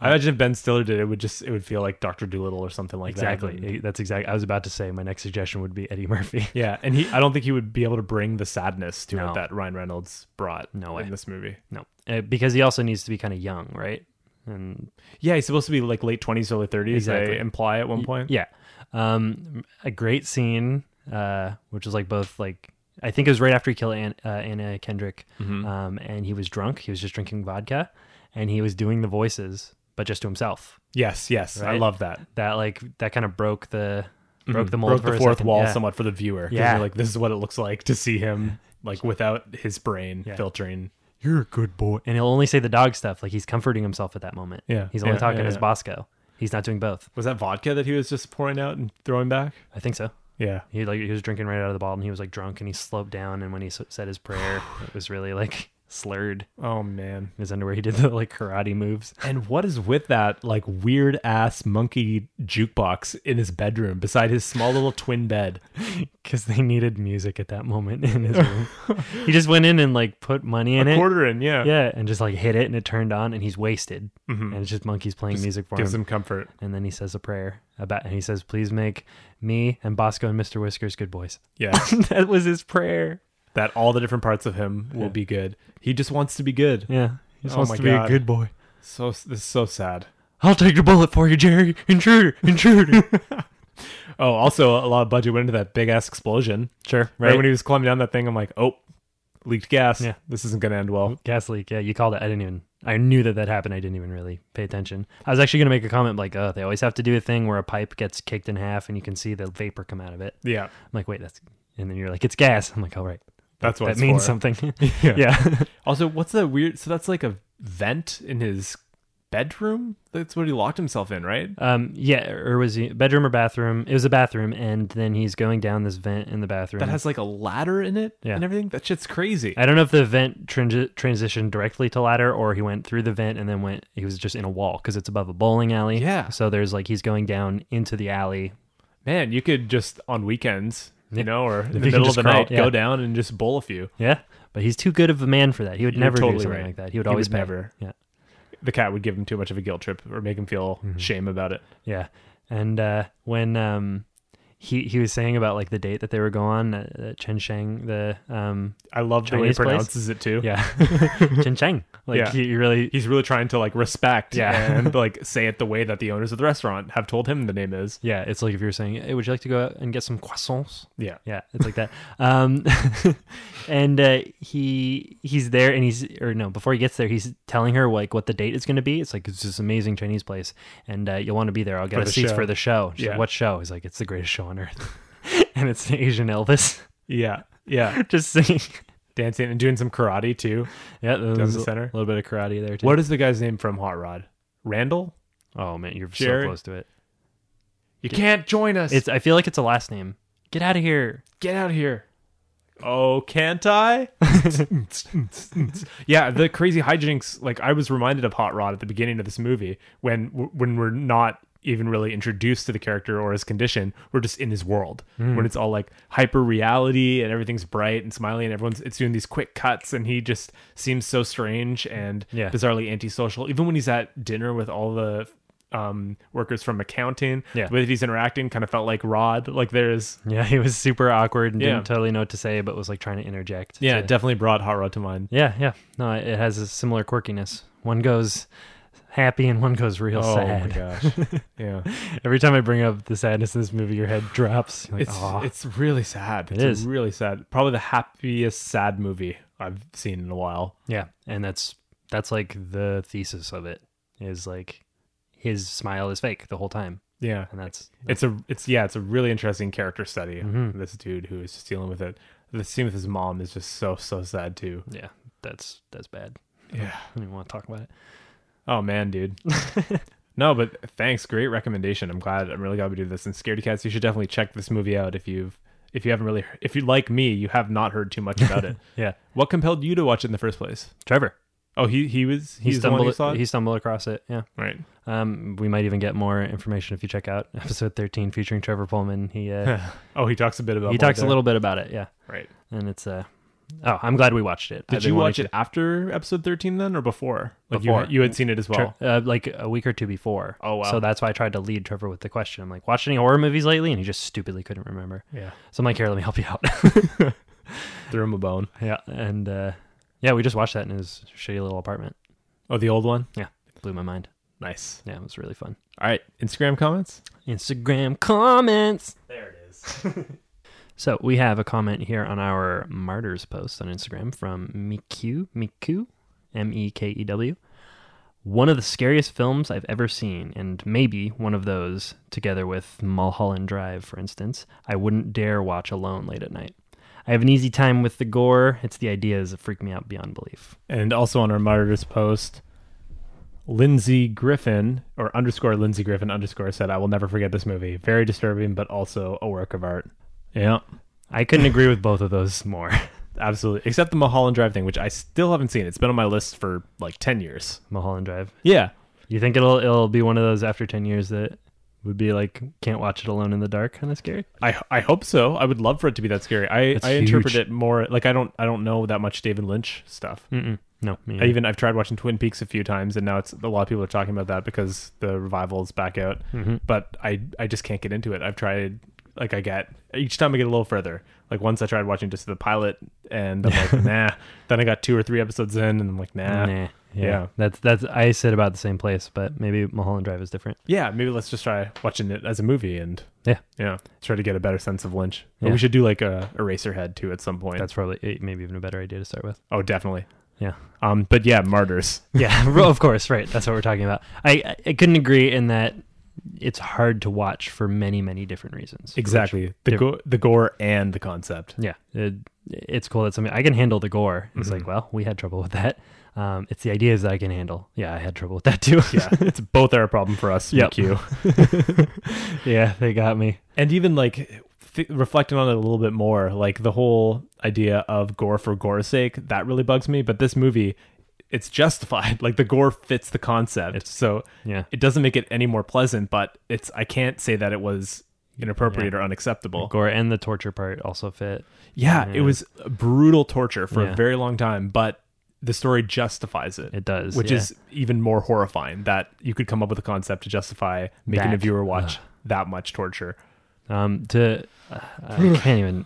Speaker 1: I imagine if Ben Stiller did it, it would just it would feel like Doctor Doolittle or something like that. And-
Speaker 2: exactly. That's exactly. I was about to say my next suggestion would be Eddie Murphy.
Speaker 1: Yeah, and he I don't think he would be able to bring the sadness to
Speaker 2: No.
Speaker 1: it that Ryan Reynolds brought
Speaker 2: No way.
Speaker 1: in this movie.
Speaker 2: no, Uh, because he also needs to be kind of young, right? And
Speaker 1: Yeah, he's supposed to be like late twenties, early thirties.
Speaker 2: Exactly.
Speaker 1: They imply at one point.
Speaker 2: Yeah. Um, a great scene, uh, which is like both like I think it was right after he killed An- uh, Anna Kendrick,
Speaker 1: Mm-hmm.
Speaker 2: um, and he was drunk. He was just drinking vodka, and he was doing the voices, but just to himself.
Speaker 1: Yes, yes, I
Speaker 2: Right?
Speaker 1: love that.
Speaker 2: That like that kind of broke the broke the mold
Speaker 1: Mm-hmm. broke
Speaker 2: for
Speaker 1: the
Speaker 2: a
Speaker 1: fourth
Speaker 2: second.
Speaker 1: wall
Speaker 2: Yeah.
Speaker 1: somewhat for the viewer.
Speaker 2: Yeah.
Speaker 1: Yeah, like this is what it looks like to see him like without his brain
Speaker 2: Yeah.
Speaker 1: filtering.
Speaker 2: You're a good boy, and he'll only say the dog stuff. Like he's comforting himself at that moment.
Speaker 1: Yeah.
Speaker 2: he's only
Speaker 1: Yeah,
Speaker 2: talking
Speaker 1: yeah,
Speaker 2: as
Speaker 1: yeah.
Speaker 2: Bosco. He's not doing both.
Speaker 1: Was that vodka that he was just pouring out and throwing back?
Speaker 2: I think so.
Speaker 1: Yeah,
Speaker 2: He like he was drinking right out of the bottle, and he was like drunk, and he sloped down. And when he s- said his prayer, it was really like slurred
Speaker 1: Oh man.
Speaker 2: in his underwear. He did the like karate moves.
Speaker 1: And what is with that like weird ass monkey jukebox in his bedroom beside his small little twin bed?
Speaker 2: because they needed music at that moment in his room. he just went in and like put money in it,
Speaker 1: Quarter in, yeah.
Speaker 2: yeah, and just like hit it, and it turned on, and he's wasted,
Speaker 1: Mhm.
Speaker 2: and it's just monkeys playing music for
Speaker 1: Gives
Speaker 2: him.
Speaker 1: him comfort.
Speaker 2: And then he says a prayer about, and he says, "Please make me and Bosco and Mister Whiskers good boys."
Speaker 1: Yeah.
Speaker 2: that was his prayer.
Speaker 1: that all the different parts of him will
Speaker 2: Yeah.
Speaker 1: be good. He just wants to be good.
Speaker 2: Yeah, he just
Speaker 1: Oh
Speaker 2: wants
Speaker 1: my
Speaker 2: to
Speaker 1: God.
Speaker 2: be a good boy.
Speaker 1: So this is so sad.
Speaker 2: I'll take the bullet for you, Jerry. Intruder, intruder.
Speaker 1: Oh, also a lot of budget went into that big ass explosion.
Speaker 2: sure,
Speaker 1: Right, when he was climbing down that thing, I'm like, oh, leaked gas.
Speaker 2: Yeah.
Speaker 1: This isn't gonna end well.
Speaker 2: Gas leak. Yeah, you called it. I didn't even. I knew that that happened. I didn't even really pay attention. I was actually going to make a comment like, "Oh, they always have to do a thing where a pipe gets kicked in half and you can see the vapor come out of it."
Speaker 1: Yeah.
Speaker 2: I'm like, "Wait, that's." And then you're like, "It's gas." I'm like, "All right,
Speaker 1: That's what
Speaker 2: that
Speaker 1: it's
Speaker 2: means
Speaker 1: for.
Speaker 2: something."
Speaker 1: Yeah.
Speaker 2: yeah.
Speaker 1: Also, what's that weird? So that's like a vent in his bedroom. That's what he locked himself in, right?
Speaker 2: Um. Yeah. Or was he bedroom or bathroom? It was a bathroom, and then he's going down this vent in the bathroom.
Speaker 1: That has like a ladder in it
Speaker 2: Yeah.
Speaker 1: and everything. That shit's crazy.
Speaker 2: I don't know if the vent transi- transitioned directly to ladder or he went through the vent and then went. He was just in a wall because it's above a bowling alley.
Speaker 1: Yeah.
Speaker 2: So there's like he's going down into the alley
Speaker 1: Man, you could just on weekends, you know, or in the
Speaker 2: you can
Speaker 1: middle of
Speaker 2: just
Speaker 1: the
Speaker 2: crawl,
Speaker 1: night, go
Speaker 2: yeah.
Speaker 1: down and just bowl a few.
Speaker 2: Yeah, but he's too good of a man for that. He would
Speaker 1: You're
Speaker 2: never
Speaker 1: totally
Speaker 2: do something
Speaker 1: right.
Speaker 2: like that. He would
Speaker 1: He
Speaker 2: always
Speaker 1: would
Speaker 2: pay.
Speaker 1: never.
Speaker 2: Yeah,
Speaker 1: The cat would give him too much of a guilt trip or make him feel shame about it.
Speaker 2: yeah. And uh, when um, he he was saying about like the date that they were going on, uh, uh, Chen Shang, the um,
Speaker 1: I love the way he
Speaker 2: Chinese place?
Speaker 1: pronounces it too.
Speaker 2: yeah, Chen Shang. Like
Speaker 1: Yeah.
Speaker 2: he, he really,
Speaker 1: He's really trying to like respect
Speaker 2: Yeah.
Speaker 1: and like say it the way that the owners of the restaurant have told him the name is.
Speaker 2: yeah. It's like if you're saying, "Hey, would you like to go out and get some croissants?"
Speaker 1: Yeah.
Speaker 2: Yeah, it's like that. Um, and uh, he he's there, and he's or no, before he gets there, he's telling her like what the date is going to be. It's like it's this amazing Chinese place, and uh, you'll want to be there. I'll get
Speaker 1: For
Speaker 2: a
Speaker 1: the
Speaker 2: seats
Speaker 1: show.
Speaker 2: for the show. She's
Speaker 1: Yeah.
Speaker 2: like, what show? He's like, it's the greatest show on earth, and it's Asian Elvis
Speaker 1: Yeah. Yeah.
Speaker 2: just singing.
Speaker 1: Dancing and doing some karate too.
Speaker 2: Yeah, there
Speaker 1: Down
Speaker 2: was
Speaker 1: the
Speaker 2: a
Speaker 1: center.
Speaker 2: little bit of karate there too.
Speaker 1: What is the guy's name from Hot Rod? Randall?
Speaker 2: Oh man, you're
Speaker 1: Jerry?
Speaker 2: so close to it.
Speaker 1: You can't join us.
Speaker 2: It's I feel like it's a last name. Get out of here.
Speaker 1: get out of here. Oh, can't I? yeah, the crazy hijinks. Like I was reminded of Hot Rod at the beginning of this movie when when we're not even really introduced to the character or his condition. We're just in his world when it's all like hyper reality and everything's bright and smiley and everyone's it's doing these quick cuts and he just seems so strange and
Speaker 2: Yeah.
Speaker 1: bizarrely antisocial. Even when he's at dinner with all the um workers from accounting
Speaker 2: Yeah.
Speaker 1: the way that he's interacting kind of felt like rod like there's
Speaker 2: Yeah, he was super awkward and
Speaker 1: Yeah.
Speaker 2: didn't totally know what to say, but was like trying to interject.
Speaker 1: Yeah,
Speaker 2: to-
Speaker 1: it definitely brought Hot Rod to mind.
Speaker 2: Yeah, yeah. No, it it has a similar quirkiness. One goes happy and one goes real sad.
Speaker 1: Oh my gosh. yeah.
Speaker 2: Every time I bring up the sadness in this movie, your head drops. You're like,
Speaker 1: It's
Speaker 2: "Aw."
Speaker 1: it's really sad. It's
Speaker 2: is.
Speaker 1: really sad. Probably the happiest sad movie I've seen in a while.
Speaker 2: yeah, and that's that's like the thesis of it is like his smile is fake the whole time,
Speaker 1: Yeah.
Speaker 2: and that's
Speaker 1: It's a it's yeah, it's a really interesting character study.
Speaker 2: Mm-hmm.
Speaker 1: This dude who is just dealing with it. The scene with his mom is just so so sad too.
Speaker 2: yeah, that's that's bad.
Speaker 1: Yeah.
Speaker 2: I don't even want to talk about it.
Speaker 1: Oh man, dude. no, but thanks. Great recommendation. I'm glad. I'm really glad we did this. And Scaredy Cats, you should definitely check this movie out if you've if you haven't really if you like me, you have not heard too much about it.
Speaker 2: Yeah,
Speaker 1: What compelled you to watch it in the first place?
Speaker 2: Trevor,
Speaker 1: Oh, he he was
Speaker 2: he
Speaker 1: he's the one who
Speaker 2: stumbled
Speaker 1: saw it?
Speaker 2: he stumbled across it. Yeah,
Speaker 1: right.
Speaker 2: um, we might even get more information if you check out episode thirteen featuring Trevor Pullman. He uh,
Speaker 1: Oh, he talks a bit about
Speaker 2: he talks a
Speaker 1: Voltaire.
Speaker 2: little bit about it. Yeah,
Speaker 1: right.
Speaker 2: and it's uh oh i'm glad we watched it I've
Speaker 1: Did
Speaker 2: been
Speaker 1: you watch
Speaker 2: wanting
Speaker 1: it after episode thirteen then, or before? Like
Speaker 2: Before.
Speaker 1: you you had seen it as
Speaker 2: to-
Speaker 1: well.
Speaker 2: uh, like a week or two before
Speaker 1: Oh, wow.
Speaker 2: so that's why i tried to lead trevor with the question i'm like watched any horror movies lately and he just stupidly couldn't remember
Speaker 1: Yeah,
Speaker 2: so i'm like here let me help you out
Speaker 1: threw him a bone.
Speaker 2: yeah and uh yeah we just watched that in his shitty little apartment
Speaker 1: Oh, the old one.
Speaker 2: yeah blew my mind
Speaker 1: Nice.
Speaker 2: yeah it was really fun
Speaker 1: All right, Instagram comments.
Speaker 2: instagram comments
Speaker 1: There it is.
Speaker 2: so we have a comment here on our martyrs post on instagram from miku miku E m-e-k-e-w one of the scariest films I've ever seen, and maybe one of those, together with Mulholland Drive, for instance, I wouldn't dare watch alone late at night. I have an easy time with the gore. It's the ideas that freak me out beyond belief.
Speaker 1: And also on our martyrs post, Lindsay Griffin or underscore Lindsay Griffin underscore said, "I will never forget this movie. Very disturbing, but also a work of art." Yeah.
Speaker 2: I couldn't agree with both of those more.
Speaker 1: absolutely. Except the Mulholland Drive thing, which I still haven't seen. It's been on my list for like ten years.
Speaker 2: Mulholland Drive.
Speaker 1: Yeah,
Speaker 2: You think it'll it'll be one of those after ten years that would be like can't watch it alone in the dark kind of scary?
Speaker 1: I I hope so. I would love for it to be that scary. I,
Speaker 2: It's
Speaker 1: I interpret
Speaker 2: huge.
Speaker 1: it
Speaker 2: Hmm.
Speaker 1: more like I don't I don't know that much David Lynch stuff.
Speaker 2: Mm-mm. No, me
Speaker 1: I even I've tried watching Twin Peaks a few times, and now it's a lot of people are talking about that because the revival is back out.
Speaker 2: Mhm.
Speaker 1: But I I just can't get into it. I've tried like I get each time I get a little further. Like once I tried watching just the pilot, and I'm like nah. Then I got two or three episodes in, and I'm like nah.
Speaker 2: Nah. Yeah.
Speaker 1: Yeah.
Speaker 2: that's that's I sit about the same place, but maybe Mulholland Drive is different.
Speaker 1: Yeah, maybe let's just try watching it as a movie and
Speaker 2: Yeah.
Speaker 1: yeah, try to get a better sense of Lynch. But
Speaker 2: Yeah.
Speaker 1: we should do like a Eraserhead too at some point.
Speaker 2: That's probably eh, maybe even a better idea to start with.
Speaker 1: oh definitely.
Speaker 2: Yeah.
Speaker 1: Um, but yeah, martyrs.
Speaker 2: Yeah, well, of course, right. That's what we're talking about. I I couldn't agree in that it's hard to watch for many many different reasons.
Speaker 1: Exactly. The
Speaker 2: Diff-
Speaker 1: go- the gore and the concept.
Speaker 2: Yeah, it, it's cool. That's something I can handle the gore. It's
Speaker 1: Mm-hmm.
Speaker 2: like, well, we had trouble with that. Um, it's the ideas that I can handle. Yeah, I had trouble with that too.
Speaker 1: Yeah, it's both are a problem for us. Yep.
Speaker 2: Yep.
Speaker 1: You.
Speaker 2: yeah, they got me.
Speaker 1: And even like th- reflecting on it a little bit more, like the whole idea of gore for gore's sake, that really bugs me. But this movie, it's justified. Like the gore fits the concept. so
Speaker 2: Yeah,
Speaker 1: it doesn't make it any more pleasant, but it's I can't say that it was inappropriate or unacceptable.
Speaker 2: gore and the torture part also fit.
Speaker 1: Yeah, it was brutal torture for
Speaker 2: Yeah.
Speaker 1: a very long time, but the story justifies it.
Speaker 2: It does,
Speaker 1: Which
Speaker 2: yeah.
Speaker 1: is even more horrifying that you could come up with a concept to justify making a
Speaker 2: That.
Speaker 1: viewer watch that much torture.
Speaker 2: Um, to uh, I can't even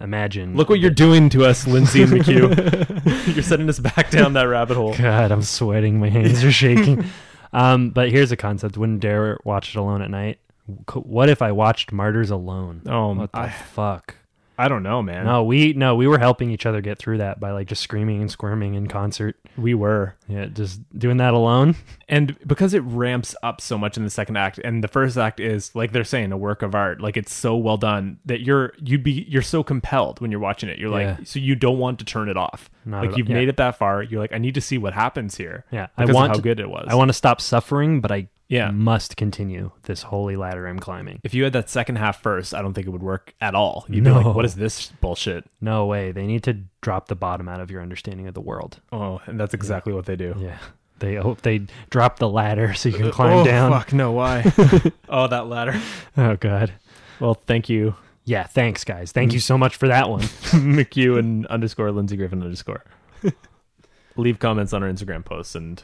Speaker 2: imagine.
Speaker 1: Look what you're doing to us, Lindsay and McHugh. you're sending us back down that rabbit hole.
Speaker 2: God, I'm sweating. My hands are shaking. um, but here's a concept: wouldn't dare watch it alone at night. Co- What if I watched Martyrs alone?
Speaker 1: Oh,
Speaker 2: what the
Speaker 1: I-
Speaker 2: fuck?
Speaker 1: I don't know, man.
Speaker 2: No, we no, we were helping each other get through that by like just screaming and squirming in concert.
Speaker 1: We were.
Speaker 2: Yeah, just doing that alone.
Speaker 1: And because it ramps up so much in the second act and the first act is like they're saying a work of art, like it's so well done that you're you'd be you're so compelled when you're watching it. You're
Speaker 2: Yeah.
Speaker 1: like so you don't want to turn it off.
Speaker 2: Not at
Speaker 1: like
Speaker 2: all.
Speaker 1: you've
Speaker 2: Yeah.
Speaker 1: made it that far, you're like I need to see what happens here.
Speaker 2: Yeah, I
Speaker 1: Because
Speaker 2: want
Speaker 1: of how
Speaker 2: to-
Speaker 1: good it was.
Speaker 2: I want to stop suffering, but I
Speaker 1: Yeah.
Speaker 2: must continue this holy ladder I'm climbing.
Speaker 1: if you had that second half first, I don't think it would work at all. You'd be
Speaker 2: No.
Speaker 1: like, what is this bullshit?
Speaker 2: No way. They need to drop the bottom out of your understanding of the world.
Speaker 1: Oh, and that's exactly what they do.
Speaker 2: Yeah. They hope they drop the ladder so you can climb down.
Speaker 1: Uh, oh, Fuck no, why? oh, that ladder.
Speaker 2: Oh god.
Speaker 1: Well, thank you,
Speaker 2: Yeah, thanks guys. Thank you so much for that one.
Speaker 1: McHugh and underscore Lindsey Griffin underscore. Leave comments on our Instagram posts, and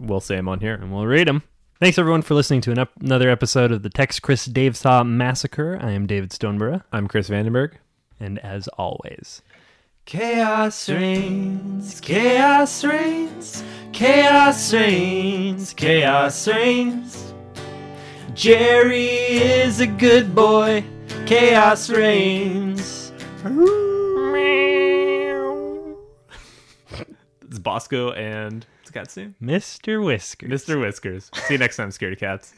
Speaker 1: we'll say them on here.
Speaker 2: and we'll read them. Thanks everyone for listening to an ep- another episode of the Tex Chris Dave Saw Massacre. I am David Stoneborough,
Speaker 1: I'm Chris Vandenberg.
Speaker 2: and as always,
Speaker 3: Chaos reigns, chaos reigns, chaos reigns, chaos reigns. Jerry is a good boy, chaos reigns.
Speaker 1: It's Bosco and it's Cat's name,
Speaker 2: Mr. Whiskers.
Speaker 1: Mr. Whiskers. See you next time, scaredy cats.